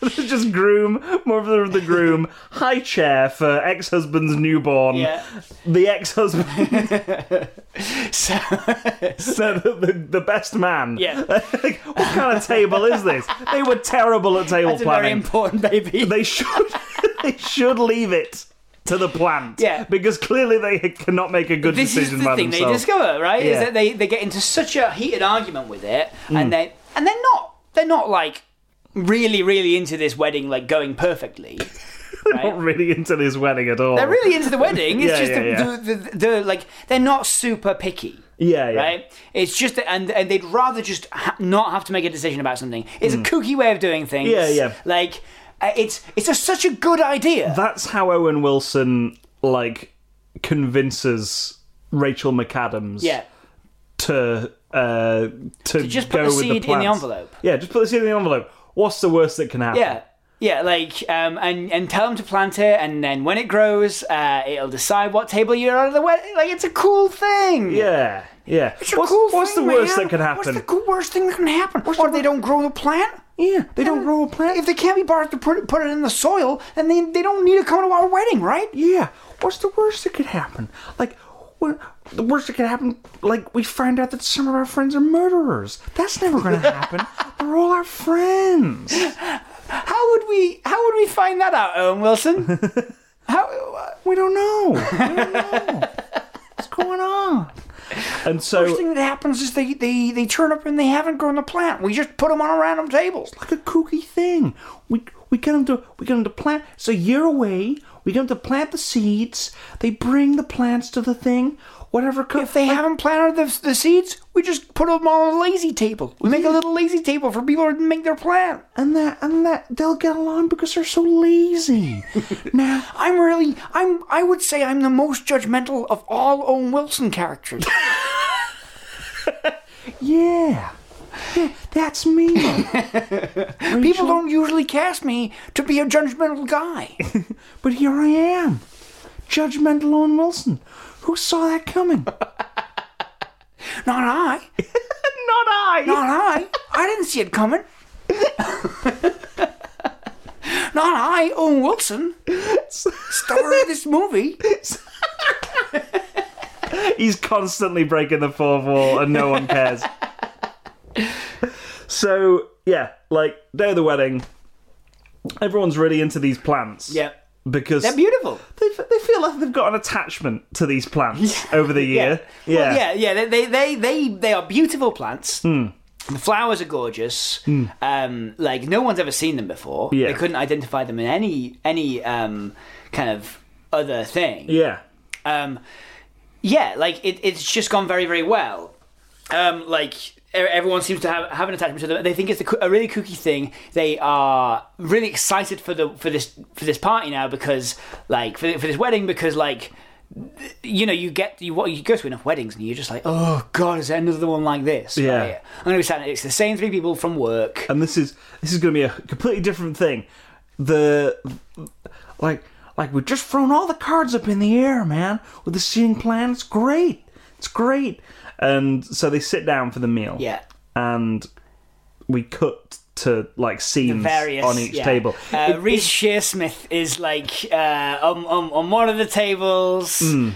Speaker 1: there's just groom mother of the groom high chair for ex-husband's newborn
Speaker 2: Yeah.
Speaker 1: the ex-husband
Speaker 2: So
Speaker 1: so the, the, the best man
Speaker 2: yeah,
Speaker 1: like, what kind of table is this they were terrible at table
Speaker 2: it's a very
Speaker 1: planning
Speaker 2: important baby.
Speaker 1: they should they should leave it to the plant.
Speaker 2: Yeah.
Speaker 1: Because clearly they cannot make a good
Speaker 2: this is
Speaker 1: decision
Speaker 2: the
Speaker 1: by
Speaker 2: thing they
Speaker 1: themselves.
Speaker 2: discover, right? Is
Speaker 1: Yeah. Hmm.
Speaker 2: that they, they get into such a heated argument with it, and they and they're not they're not like really really into this wedding like going perfectly.
Speaker 1: They're not really into this wedding at all.
Speaker 2: They're really into the wedding. It's
Speaker 1: Yeah,
Speaker 2: just
Speaker 1: yeah,
Speaker 2: the,
Speaker 1: yeah.
Speaker 2: The, the, the like they're not super picky.
Speaker 1: Yeah, yeah.
Speaker 2: Right, it's just and and they'd rather just ha- not have to make a decision about something. It's a kooky way of doing things.
Speaker 1: Mm. Yeah, yeah.
Speaker 2: Like uh, it's it's a, such a good idea.
Speaker 1: That's how Owen Wilson like convinces Rachel McAdams
Speaker 2: yeah,
Speaker 1: to uh to,
Speaker 2: just put
Speaker 1: go
Speaker 2: the
Speaker 1: with
Speaker 2: seed in the
Speaker 1: plants.
Speaker 2: envelope.
Speaker 1: Yeah, just put the seed in the envelope. What's the worst that can happen?
Speaker 2: yeah, yeah. Like um, and and tell them to plant it, and then when it grows, uh, it'll decide what table you're on at the wedding. Like it's a cool thing.
Speaker 1: Yeah. Yeah.
Speaker 2: It's a
Speaker 1: what's
Speaker 2: cool
Speaker 1: what's
Speaker 2: thing,
Speaker 1: the worst
Speaker 2: man.
Speaker 1: that can
Speaker 2: What's
Speaker 1: happen?
Speaker 2: the cool worst thing that can happen? Or they don't grow the plant?
Speaker 1: yeah, they don't grow a plant.
Speaker 2: If they can't be bothered to put it, put it in the soil, then they, they don't need to come to our wedding, right?
Speaker 1: Yeah. What's the worst that could happen? Like, what, the worst that could happen, like, we find out that some of our friends are murderers. That's never going to happen. They're all our friends.
Speaker 2: How would we How would we find that out, Owen Wilson? how?
Speaker 1: We don't know. We don't know. What's going on? And
Speaker 2: First
Speaker 1: so,
Speaker 2: thing that happens is they, they, they turn up and they haven't grown the plant. We just put them on a random table.
Speaker 1: like a kooky thing. We we get them to we get them to plant. It's a year away. We get them to plant the seeds. They bring the plants to the thing. Whatever. Co-
Speaker 2: If they haven't planted the, the seeds, we just put them on a lazy table. We make a little lazy table for people to make their plant.
Speaker 1: and that and that they'll get along because they're so lazy. now
Speaker 2: I'm really I'm I would say I'm the most judgmental of all Owen Wilson characters.
Speaker 1: Yeah. Yeah, that's me.
Speaker 2: People don't usually cast me to be a judgmental guy.
Speaker 1: but here I am. Judgmental Owen Wilson. Who saw that coming?
Speaker 2: Not I.
Speaker 1: Not I.
Speaker 2: Not I. I didn't see it coming. Not I, Owen Wilson, star of this movie.
Speaker 1: He's constantly breaking the fourth wall and no one cares. so, yeah, like, day of the wedding. Everyone's really into these plants.
Speaker 2: Yeah.
Speaker 1: because
Speaker 2: They're beautiful.
Speaker 1: they, f- they feel like they've got an attachment to these plants over the year.
Speaker 2: Yeah. Well, yeah, yeah. They, they, they, they, they are beautiful plants. The flowers are gorgeous. Um, like no one's ever seen them before.
Speaker 1: Yeah.
Speaker 2: They couldn't identify them in any any um, kind of other thing.
Speaker 1: yeah,
Speaker 2: um, yeah, like it, it's just gone very, very well. Um, like e- everyone seems to have, have an attachment to them. They think it's a, coo- a really kooky thing. They are really excited for the for this for this party now because like for, for this wedding because like th- you know you get you what you go to enough weddings and you're just like oh god is there another one like this
Speaker 1: Yeah.
Speaker 2: I'm gonna be sat next to the same three people from work
Speaker 1: and this is this is going to be a completely different thing. The like like we've just thrown all the cards up in the air, man. With the seeing plan, it's great. It's great. And so they sit down for the meal.
Speaker 2: yeah
Speaker 1: and we cut to like scenes
Speaker 2: various
Speaker 1: on each
Speaker 2: yeah.
Speaker 1: table.
Speaker 2: Uh,
Speaker 1: It-
Speaker 2: Reese Shearsmith is like uh, on, on on one of the tables
Speaker 1: Hmm.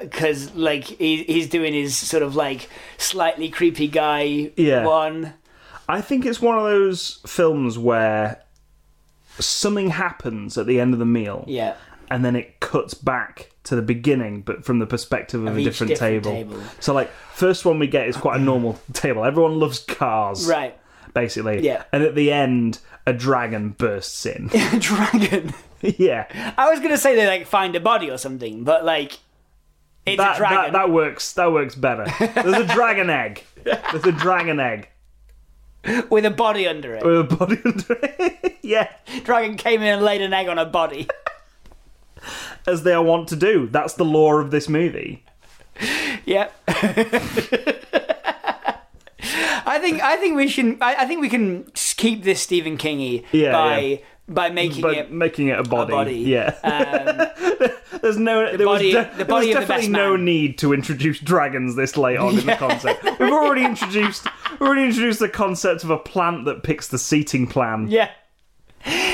Speaker 2: because like he, he's doing his sort of like slightly creepy guy
Speaker 1: Yeah.
Speaker 2: one.
Speaker 1: I think it's one of those films where something happens at the end of the meal,
Speaker 2: Yeah,
Speaker 1: and then it cuts back to the beginning, but from the perspective of, a
Speaker 2: each
Speaker 1: different,
Speaker 2: different
Speaker 1: table.
Speaker 2: table.
Speaker 1: So, like, first one we get is quite a normal table. Everyone loves cars,
Speaker 2: right.
Speaker 1: Basically,
Speaker 2: Yeah.
Speaker 1: And at the end, a dragon bursts in.
Speaker 2: dragon.
Speaker 1: yeah,
Speaker 2: I was gonna say they like find a body or something, but like it's
Speaker 1: that,
Speaker 2: a
Speaker 1: that
Speaker 2: dragon.
Speaker 1: that works. That works better. There's a dragon egg. There's a dragon egg.
Speaker 2: with a body under it.
Speaker 1: With a body under it. yeah.
Speaker 2: Dragon came in and laid an egg on a body.
Speaker 1: as they are wont to do. That's the lore of this movie.
Speaker 2: Yep. I think I think we should I, I think we can s- keep this Stephen Kingy
Speaker 1: Yeah,
Speaker 2: by
Speaker 1: yeah.
Speaker 2: by making
Speaker 1: But
Speaker 2: it
Speaker 1: making it a body,
Speaker 2: body.
Speaker 1: yeah.
Speaker 2: um,
Speaker 1: There's no, there
Speaker 2: body-
Speaker 1: was, de-
Speaker 2: the
Speaker 1: there
Speaker 2: body
Speaker 1: was
Speaker 2: of the
Speaker 1: definitely
Speaker 2: best
Speaker 1: no
Speaker 2: man.
Speaker 1: need to introduce dragons this late on in the concept. We've already introduced, we've already introduced the concept of a plant that picks the seating plan
Speaker 2: yeah.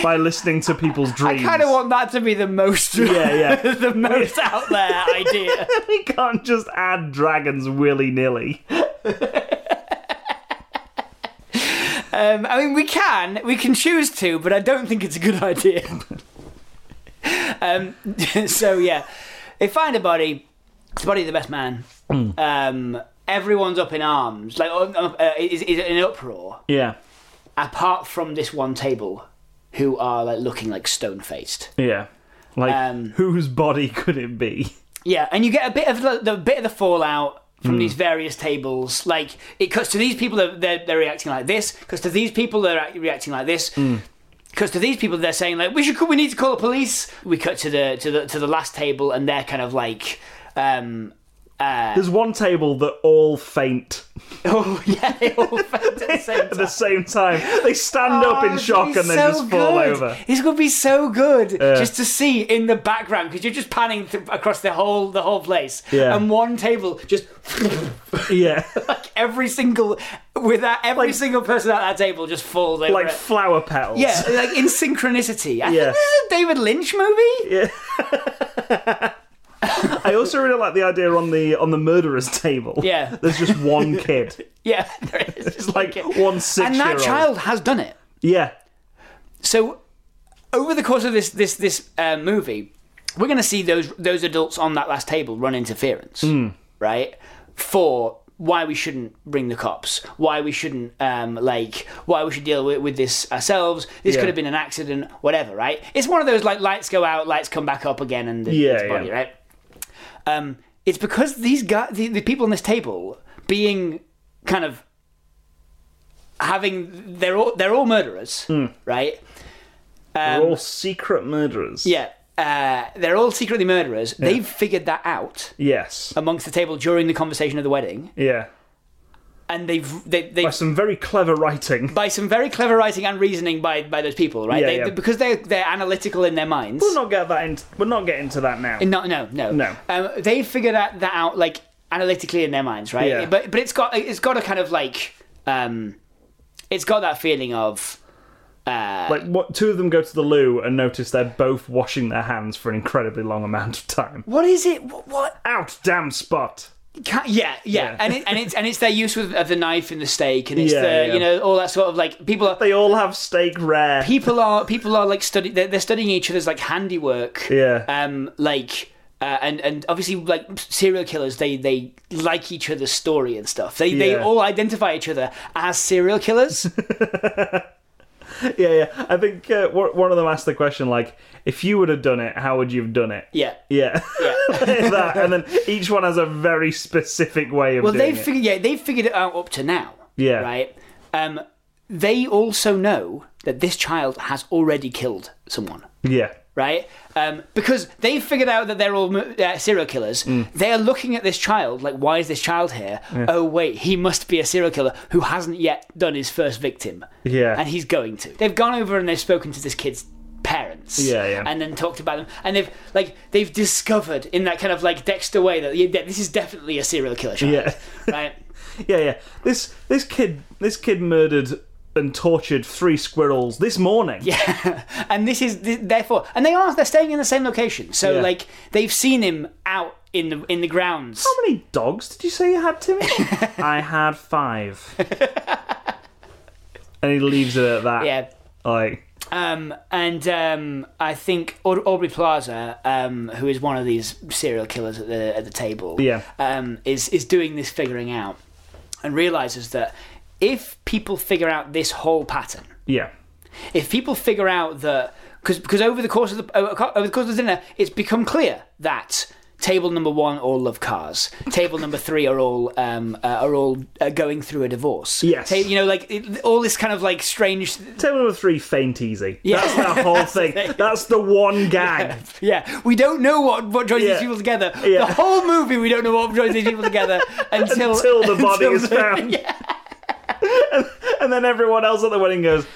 Speaker 1: by listening to people's
Speaker 2: I
Speaker 1: dreams.
Speaker 2: kind of want that to be the most
Speaker 1: yeah, yeah.
Speaker 2: the most out there idea.
Speaker 1: we can't just add dragons willy nilly.
Speaker 2: Um, I mean, we can we can choose to, but I don't think it's a good idea. um, so yeah, they find a body. It's the body of the best man.
Speaker 1: Hmm.
Speaker 2: Um, everyone's up in arms, like uh, uh, is, is in an uproar.
Speaker 1: Yeah,
Speaker 2: apart from this one table who are like looking like stone faced
Speaker 1: yeah. Like
Speaker 2: Um,
Speaker 1: whose body could it be?
Speaker 2: yeah and you get a bit of the, the bit of the fallout from these various tables like it cuts to these people that they're, they're reacting like this cuts to these people that are act- reacting like this Cuts to these people, they're saying like, "We should, we need to call the police." We cut to the to the to the last table, and they're kind of like, um, uh,
Speaker 1: There's one table that all faint
Speaker 2: "Oh yeah, they all faint at the same
Speaker 1: at the
Speaker 2: time."
Speaker 1: same time. They stand up in
Speaker 2: it's
Speaker 1: shock
Speaker 2: gonna
Speaker 1: and
Speaker 2: be
Speaker 1: then
Speaker 2: so
Speaker 1: just fall
Speaker 2: good.
Speaker 1: over.
Speaker 2: It's gonna be so good just to see in the background because you're just panning th- across the whole the whole place,
Speaker 1: Yeah.
Speaker 2: and one table just
Speaker 1: Yeah.
Speaker 2: like every single with that every single person at that table just falls over.
Speaker 1: like
Speaker 2: it.
Speaker 1: flower petals.
Speaker 2: yeah, like in synchronicity. I
Speaker 1: Yeah.
Speaker 2: think this is a David Lynch movie.
Speaker 1: I also really like the idea on the on the murderer's table.
Speaker 2: Yeah.
Speaker 1: There's just one kid.
Speaker 2: Yeah, there is.
Speaker 1: It's like one six
Speaker 2: and that child has done it.
Speaker 1: Yeah.
Speaker 2: So, over the course of this this this uh, movie, we're going to see those those adults on that last table run interference,
Speaker 1: Hmm.
Speaker 2: right? For why we shouldn't bring the cops, why we shouldn't um, like why we should deal with, with this ourselves. This
Speaker 1: Yeah.
Speaker 2: could have been an accident, whatever, right? It's one of those like lights go out, lights come back up again, and the,
Speaker 1: Yeah,
Speaker 2: it's body,
Speaker 1: yeah.
Speaker 2: right? Um, it's because these guys, the, the people on this table, being kind of having they're all they're all murderers,
Speaker 1: Hmm.
Speaker 2: right?
Speaker 1: They're all secret murderers.
Speaker 2: Yeah, uh, they're all secretly murderers. They've figured that out
Speaker 1: Yes.
Speaker 2: amongst the table during the conversation of the wedding,
Speaker 1: Yeah.
Speaker 2: and they've they they
Speaker 1: By some very clever writing.
Speaker 2: by some very clever writing and reasoning by by those people, right?
Speaker 1: Yeah,
Speaker 2: they,
Speaker 1: yeah.
Speaker 2: they- because they they're analytical in their minds.
Speaker 1: We'll not get that in, we'll not get into that now.
Speaker 2: No, no, no,
Speaker 1: No.
Speaker 2: Um, they figured that, that out like analytically in their minds, right?
Speaker 1: Yeah.
Speaker 2: But but it's got it's got a kind of like um, it's got that feeling of uh,
Speaker 1: like what two of them go to the loo and notice they're both washing their hands for an incredibly long amount of time.
Speaker 2: what is it? What, what
Speaker 1: Out damn spot.
Speaker 2: Ca- yeah, yeah,
Speaker 1: Yeah.
Speaker 2: and it, and it's and it's their use with, of the knife and the steak, and it's
Speaker 1: Yeah,
Speaker 2: the
Speaker 1: yeah.
Speaker 2: you know all that sort of like people are
Speaker 1: They all have steak rare.
Speaker 2: people are people are like study they're, they're studying each other's like handiwork.
Speaker 1: Yeah.
Speaker 2: Um, like. Uh, and and obviously like serial killers they they like each other's story and stuff they they
Speaker 1: Yeah.
Speaker 2: all identify each other as serial killers
Speaker 1: yeah, yeah. I think uh, one one of them asked the question like, if you would have done it, how would you have done it?
Speaker 2: yeah
Speaker 1: Yeah.
Speaker 2: yeah
Speaker 1: that, and then each one has a very specific way of
Speaker 2: well
Speaker 1: doing
Speaker 2: they've
Speaker 1: it.
Speaker 2: figured yeah they've figured it out up to now
Speaker 1: Yeah.
Speaker 2: right um they also know that this child has already killed someone
Speaker 1: yeah.
Speaker 2: right? Um, because they've figured out that they're all mo- uh, serial killers.
Speaker 1: Mm.
Speaker 2: They are looking at this child like, why is this child here? Oh, wait, he must be a serial killer who hasn't yet done his first victim.
Speaker 1: Yeah.
Speaker 2: And he's going to. They've gone over and they've spoken to this kid's parents.
Speaker 1: Yeah, yeah.
Speaker 2: And then talked about them. And they've, like, they've discovered in that kind of, like, Dexter way that yeah, that this is definitely a serial killer child.
Speaker 1: Yeah.
Speaker 2: Right?
Speaker 1: Yeah, yeah. This this kid this kid murdered and tortured three squirrels this morning. Yeah.
Speaker 2: and this is th- therefore, and they are they're staying in the same location. So
Speaker 1: Yeah.
Speaker 2: like they've seen him out in the in the grounds.
Speaker 1: How many dogs did you say you had, Timmy? I had five. and he leaves it at that.
Speaker 2: Yeah,
Speaker 1: Like
Speaker 2: Um, and um, I think Aud- Aubrey Plaza, um, who is one of these serial killers at the at the table,
Speaker 1: Yeah.
Speaker 2: um, is is doing this figuring out, and realizes that if people figure out this whole pattern,
Speaker 1: yeah.
Speaker 2: if people figure out that because because over the course of the over over the course of the dinner, it's become clear that table number one all love cars, table number three are all um, uh, are all uh, going through a divorce.
Speaker 1: Yes.
Speaker 2: Ta- you know, like it, all this kind of like strange
Speaker 1: Table number three, faint easy. That's the whole thing. That's the one gag.
Speaker 2: Yeah, we don't know what, what joins
Speaker 1: Yeah.
Speaker 2: these people together.
Speaker 1: Yeah.
Speaker 2: The whole movie, we don't know what joins these people together until
Speaker 1: Until the body
Speaker 2: until
Speaker 1: is
Speaker 2: the-
Speaker 1: found.
Speaker 2: Yeah.
Speaker 1: And then everyone else at the wedding goes,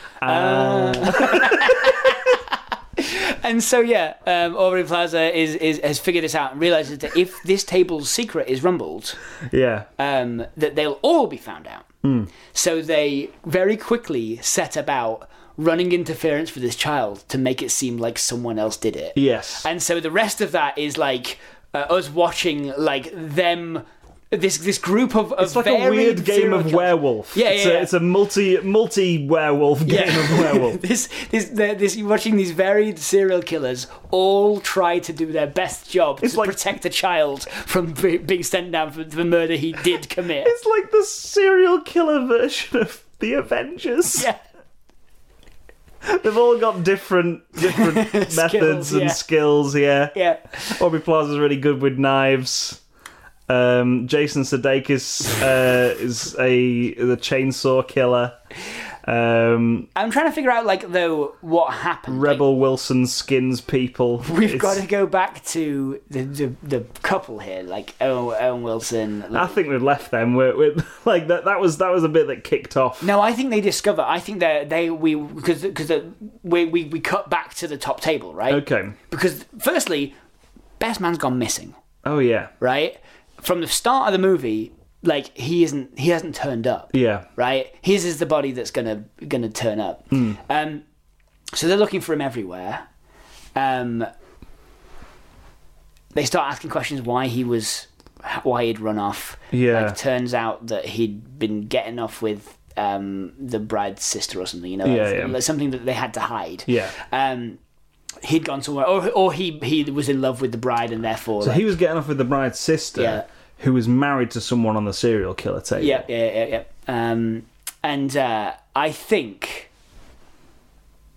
Speaker 2: And so yeah, um, Aubrey Plaza is, is has figured this out and realizes that if this table's secret is rumbled,
Speaker 1: Yeah.
Speaker 2: um, that they'll all be found out.
Speaker 1: Hmm.
Speaker 2: So they very quickly set about running interference with this child to make it seem like someone else did it.
Speaker 1: yes.
Speaker 2: And so the rest of that is like uh, us watching like them this this group of, of
Speaker 1: It's like a weird game of werewolf.
Speaker 2: Yeah,
Speaker 1: it's,
Speaker 2: yeah,
Speaker 1: a,
Speaker 2: yeah.
Speaker 1: it's a multi multi werewolf game of werewolf.
Speaker 2: this, this, they're- this, you're watching these varied serial killers all try to do their best job to
Speaker 1: like-
Speaker 2: protect a child from be, being sent down for the murder he did commit.
Speaker 1: It's like the serial killer version of the Avengers.
Speaker 2: yeah,
Speaker 1: They've all got different different methods and
Speaker 2: yeah.
Speaker 1: skills. Yeah,
Speaker 2: yeah.
Speaker 1: Aubrey Plaza's really good with knives. Um, Jason Sudeikis uh, is a the chainsaw killer. Um,
Speaker 2: I'm trying to figure out like though what happened. Like,
Speaker 1: Rebel Wilson skins people.
Speaker 2: We've
Speaker 1: It's-
Speaker 2: got to go back to the, the the couple here, like Owen, Owen Wilson.
Speaker 1: I think we've left them. We're, we're like that. That was that was a bit that kicked off.
Speaker 2: No, I think they discover. I think that they we because because we, we we cut back to the top table, right?
Speaker 1: Okay.
Speaker 2: Because firstly, best man's gone missing,
Speaker 1: Oh yeah.
Speaker 2: right? From the start of the movie, like he isn't he hasn't turned up,
Speaker 1: Yeah.
Speaker 2: right? His is the body that's gonna gonna turn up.
Speaker 1: Hmm.
Speaker 2: Um, so they're looking for him everywhere. Um, they start asking questions why he was why he'd run off.
Speaker 1: Yeah.
Speaker 2: Like, turns out that he'd been getting off with um, the bride's sister or something, you know,
Speaker 1: Yeah,
Speaker 2: like,
Speaker 1: yeah.
Speaker 2: something that they had to hide.
Speaker 1: Yeah.
Speaker 2: Um, he'd gone somewhere, or or he he was in love with the bride and therefore.
Speaker 1: So
Speaker 2: like-
Speaker 1: he was getting off with the bride's sister,
Speaker 2: Yeah.
Speaker 1: who was married to someone on the serial killer table.
Speaker 2: yeah, yeah, yeah, yeah. Um, and uh, I think,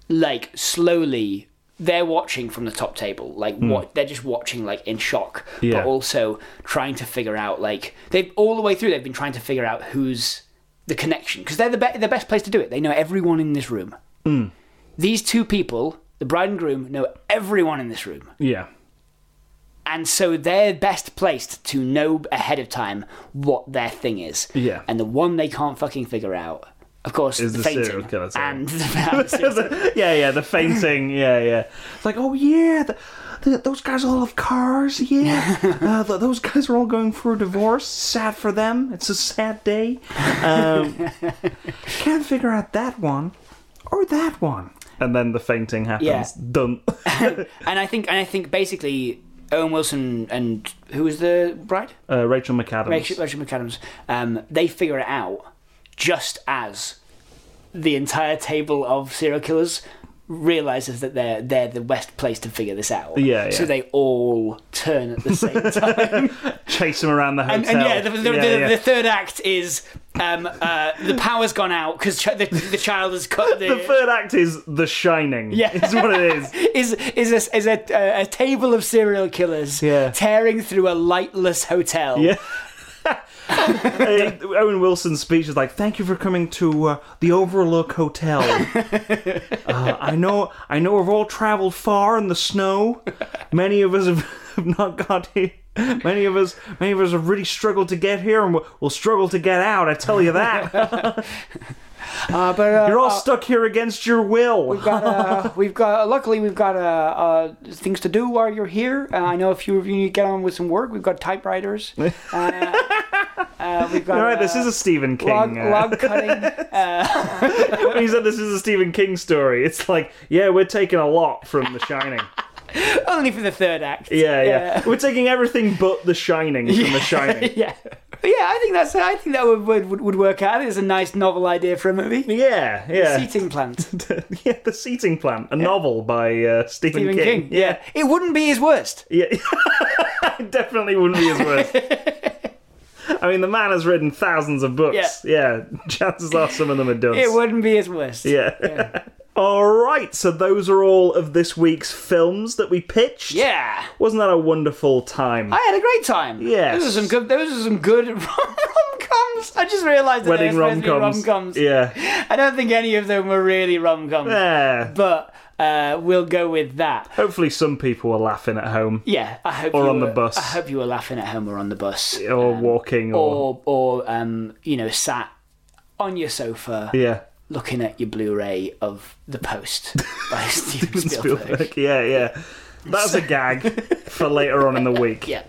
Speaker 2: like, slowly they're watching from the top table. Like, what they're just watching, like, in shock,
Speaker 1: Yeah.
Speaker 2: but also trying to figure out, like, they've all the way through. They've been trying to figure out who's the connection because they're the be- the best place to do it. They know everyone in this room. These two people, the bride and groom, know everyone in this room.
Speaker 1: Yeah.
Speaker 2: And so they're best placed to know ahead of time what their thing is.
Speaker 1: Yeah.
Speaker 2: And the one they can't fucking figure out, of course,
Speaker 1: Is
Speaker 2: the
Speaker 1: the
Speaker 2: fainting
Speaker 1: serial killer, sorry.
Speaker 2: and the
Speaker 1: yeah, yeah, the fainting. Yeah, yeah. It's like, oh yeah, the, the, those guys all have cars. Yeah, uh, th those guys are all going for a divorce. Sad for them. It's a sad day. Um, can't figure out that one or that one. And then the fainting happens.
Speaker 2: Yeah.
Speaker 1: Done.
Speaker 2: and I think and I think basically Owen Wilson and who was the bride?
Speaker 1: Uh, Rachel McAdams.
Speaker 2: Rachel, Rachel McAdams. Um, they figure it out just as the entire table of serial killers realizes that they're they're the best place to figure this out.
Speaker 1: Yeah,
Speaker 2: So
Speaker 1: yeah.
Speaker 2: they all turn at the same time.
Speaker 1: Chase him around the hotel.
Speaker 2: and, and yeah, the, the,
Speaker 1: Yeah,
Speaker 2: the,
Speaker 1: yeah.
Speaker 2: the third act is um, uh, the power's gone out because ch- the, the child has cut the.
Speaker 1: The third act is The Shining.
Speaker 2: Yeah.
Speaker 1: is what it is.
Speaker 2: is is a, is a, a, a table of serial killers
Speaker 1: Yeah.
Speaker 2: tearing through a lightless hotel.
Speaker 1: Yeah. Uh, Owen Wilson's speech is like, "Thank you for coming to uh, the Overlook Hotel. uh, I know, I know, we've all traveled far in the snow. Many of us have, have not got here. Many of us, many of us have really struggled to get here, and will, will struggle to get out. I tell you that.
Speaker 2: Uh, but uh,
Speaker 1: You're all
Speaker 2: uh,
Speaker 1: stuck here against your will.
Speaker 2: We've got, uh, we've got. Luckily, we've got uh, uh, things to do while you're here. Uh, I know if you, you need to get on with some work, we've got typewriters. Uh, uh, we've got.
Speaker 1: All right, this
Speaker 2: uh,
Speaker 1: is a Stephen King.
Speaker 2: log,
Speaker 1: uh,
Speaker 2: log cutting. Uh,
Speaker 1: when he said this is a Stephen King story, it's like, yeah, we're taking a lot from The Shining.
Speaker 2: only for the third act.
Speaker 1: Yeah, yeah. We're taking everything but The Shining from The Shining.
Speaker 2: yeah. But yeah, I think that's. I think that would would, would work out. I think it's a nice novel idea for a movie.
Speaker 1: Yeah, yeah.
Speaker 2: Seating plant.
Speaker 1: yeah, The Seating Plan, a novel by uh, Stephen,
Speaker 2: Stephen
Speaker 1: King.
Speaker 2: King. Yeah. It wouldn't be his worst.
Speaker 1: Yeah. it definitely wouldn't be his worst. I mean, the man has written thousands of books. Yeah. Chances are some of them are done.
Speaker 2: It wouldn't be his worst.
Speaker 1: Yeah. all right, so those are all of this week's films that we pitched.
Speaker 2: Yeah.
Speaker 1: Wasn't that a wonderful time?
Speaker 2: I had a great time.
Speaker 1: Yes.
Speaker 2: Those are some good those are some good rom coms. I just realised that
Speaker 1: Wedding
Speaker 2: they were
Speaker 1: rom
Speaker 2: supposed to be rom coms.
Speaker 1: coms. Yeah.
Speaker 2: I don't think any of them were really rom coms.
Speaker 1: Yeah.
Speaker 2: But uh, we'll go with that.
Speaker 1: Hopefully, some people were laughing at home
Speaker 2: Yeah, I hope
Speaker 1: Or
Speaker 2: you
Speaker 1: on the
Speaker 2: were-
Speaker 1: bus. Oh.
Speaker 2: I hope you were laughing at home or on the bus.
Speaker 1: or walking or.
Speaker 2: Or or um, you know, sat on your sofa
Speaker 1: Yeah.
Speaker 2: looking at your Blu-ray of The Post by Steven Spielberg.
Speaker 1: Spielberg. Yeah, yeah. That's a gag for later on in the week.
Speaker 2: Yeah.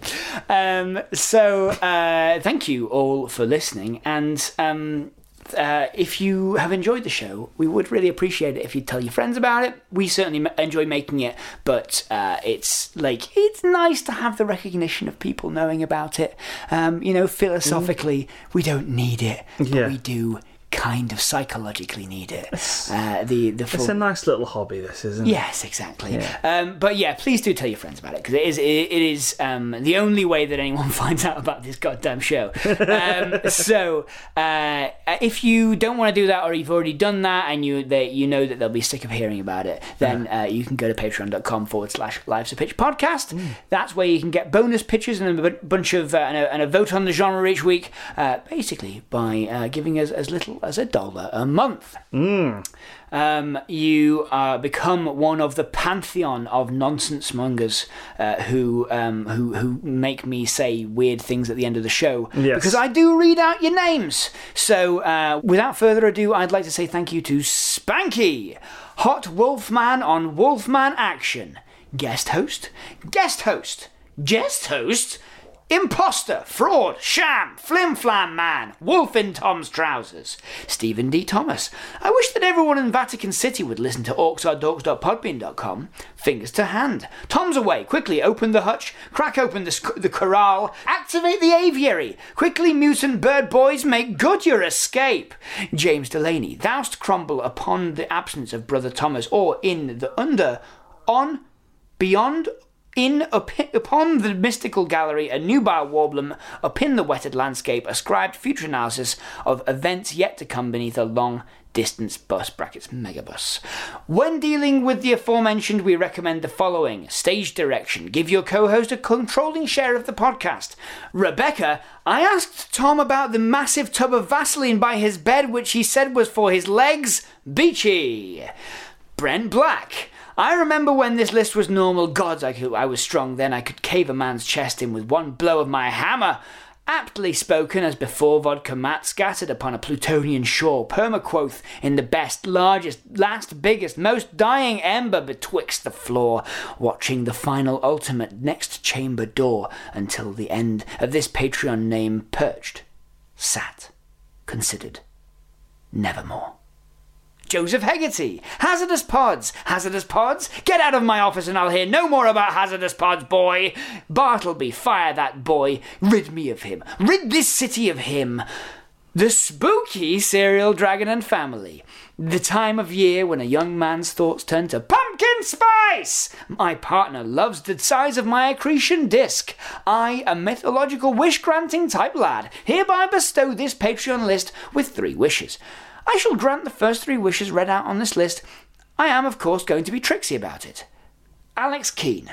Speaker 2: Um, so uh, thank you all for listening, and um, uh, if you have enjoyed the show, we would really appreciate it if you tell your friends about it. We certainly m- enjoy making it, but uh, it's like it's nice to have the recognition of people knowing about it. Um, you know, philosophically, we don't need it, but
Speaker 1: Yeah.
Speaker 2: we do kind of psychologically need it. Uh, the the full
Speaker 1: It's a nice little hobby, this, isn't it?
Speaker 2: Yes, exactly. Um, but yeah, please do tell your friends about it because it is it, it is um, the only way that anyone finds out about this goddamn show. Um, so uh, if you don't want to do that, or you've already done that and you they, you know that they'll be sick of hearing about it, then uh, you can go to patreon.com forward slash lives to pitch podcast.
Speaker 1: Mm.
Speaker 2: That's where you can get bonus pitches and a bu- bunch of uh, and, a, and a vote on the genre each week, uh, basically by uh, giving us as little as a dollar a month um, you uh, become one of the pantheon of nonsense mongers uh, who, um, who who make me say weird things at the end of the show
Speaker 1: Yes.
Speaker 2: because I do read out your names. So uh, without further ado, I'd like to say thank you to Spanky, Hot Wolfman on Wolfman Action, guest host, guest host, guest host. Imposter, fraud, sham, flim flam man, wolf in Tom's trousers. Stephen D. Thomas. I wish that everyone in Vatican City would listen to orcsardorks.podbean.com. Fingers to hand. Tom's away. Quickly open the hutch, crack open the, sc- the corral, activate the aviary. Quickly, mutant bird boys, make good your escape. James Delaney. Thou'st crumble upon the absence of brother Thomas, or in the under, on, beyond in up, upon the mystical gallery a nubile warblum up in the wetted landscape ascribed future analysis of events yet to come beneath a long distance bus brackets megabus when dealing with the aforementioned we recommend the following stage direction give your co-host a controlling share of the podcast rebecca i asked tom about the massive tub of vaseline by his bed which he said was for his legs beachy Brent Black. I remember when this list was normal. Gods, I, could, I was strong then. I could cave a man's chest in with one blow of my hammer. Aptly spoken, as before, vodka mat scattered upon a plutonian shore, permaquoth in the best, largest, last, biggest, most dying ember betwixt the floor, watching the final, ultimate, next chamber door until the end of this Patreon name perched, sat, considered, nevermore. Joseph Hegarty. Hazardous Pods. Hazardous Pods? Get out of my office and I'll hear no more about Hazardous Pods, boy. Bartleby, fire that boy. Rid me of him. Rid this city of him. The spooky serial dragon and family. The time of year when a young man's thoughts turn to pumpkin spice! My partner loves the size of my accretion disc. I, a mythological wish granting type lad, hereby bestow this Patreon list with three wishes. I shall grant the first three wishes read out on this list. I am, of course, going to be tricksy about it. Alex Keane.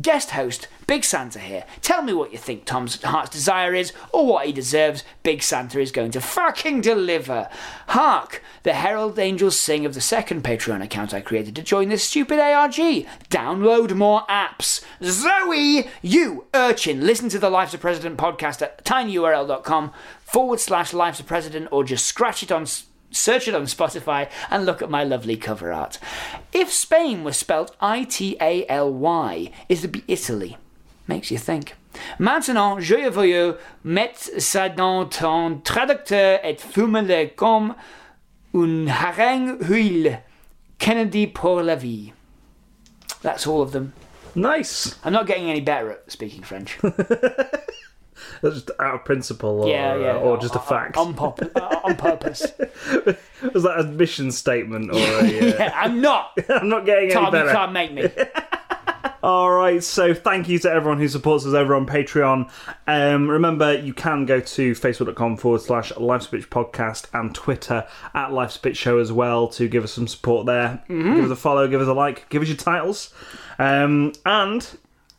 Speaker 2: Guest host, Big Santa here. Tell me what you think Tom's heart's desire is, or what he deserves. Big Santa is going to fucking deliver. Hark! The herald angels sing of the second Patreon account I created to join this stupid ARG. Download more apps. Zoe, you urchin, listen to the Life's a President podcast at tinyurl.com forward slash Life's a President, or just scratch it on. s- Search it on Spotify and look at my lovely cover art. If Spain was spelt I T A L Y, it'd be Italy. Makes you think. Maintenant, je veux mettre ça dans ton traducteur et fumer comme une harangue huile. Kennedy pour la vie. That's all of them.
Speaker 1: Nice.
Speaker 2: I'm not getting any better at speaking French.
Speaker 1: That's just out of principle or, uh,
Speaker 2: Yeah, yeah.
Speaker 1: or just a
Speaker 2: On-
Speaker 1: fact.
Speaker 2: On, pop- on purpose.
Speaker 1: Was that a mission statement or a, uh,
Speaker 2: Yeah, I'm not.
Speaker 1: I'm not getting any
Speaker 2: Tom, you
Speaker 1: better.
Speaker 2: can't make me.
Speaker 1: All right, so thank you to everyone who supports us over on Patreon. Um, remember, you can go to facebook.com forward slash Lifespitch podcast and Twitter at Lifespitch Show as well to give us some support there. Give us a follow, give us a like, give us your titles. Um, and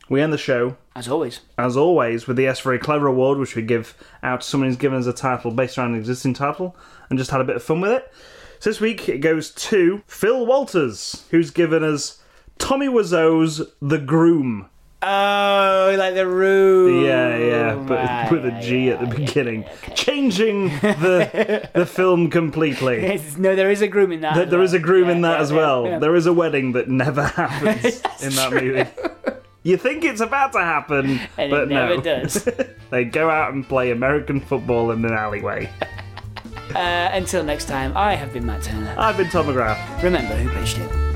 Speaker 1: we end the show
Speaker 2: As always.
Speaker 1: as always, with the S Very Clever Award, which we give out to someone who's given us a title based around an existing title and just had a bit of fun with it. So this week it goes to Phil Walters, who's given us Tommy Wiseau's The Groom.
Speaker 2: Oh, like the room.
Speaker 1: Yeah, yeah, but with a G at the beginning, changing the the film completely.
Speaker 2: Yes, no, there is a groom in that.
Speaker 1: There-
Speaker 2: as
Speaker 1: there
Speaker 2: well.
Speaker 1: is a groom in
Speaker 2: Yeah,
Speaker 1: that
Speaker 2: yeah,
Speaker 1: as
Speaker 2: yeah,
Speaker 1: well.
Speaker 2: yeah.
Speaker 1: There is a wedding that never happens in that movie. You think it's about to happen,
Speaker 2: and
Speaker 1: but
Speaker 2: it never
Speaker 1: no.
Speaker 2: does. uh,
Speaker 1: They go out and play American football in an alleyway.
Speaker 2: Uh, until next time, I have been Matt Turner.
Speaker 1: I've been Tom McGrath.
Speaker 2: Remember who pitched it.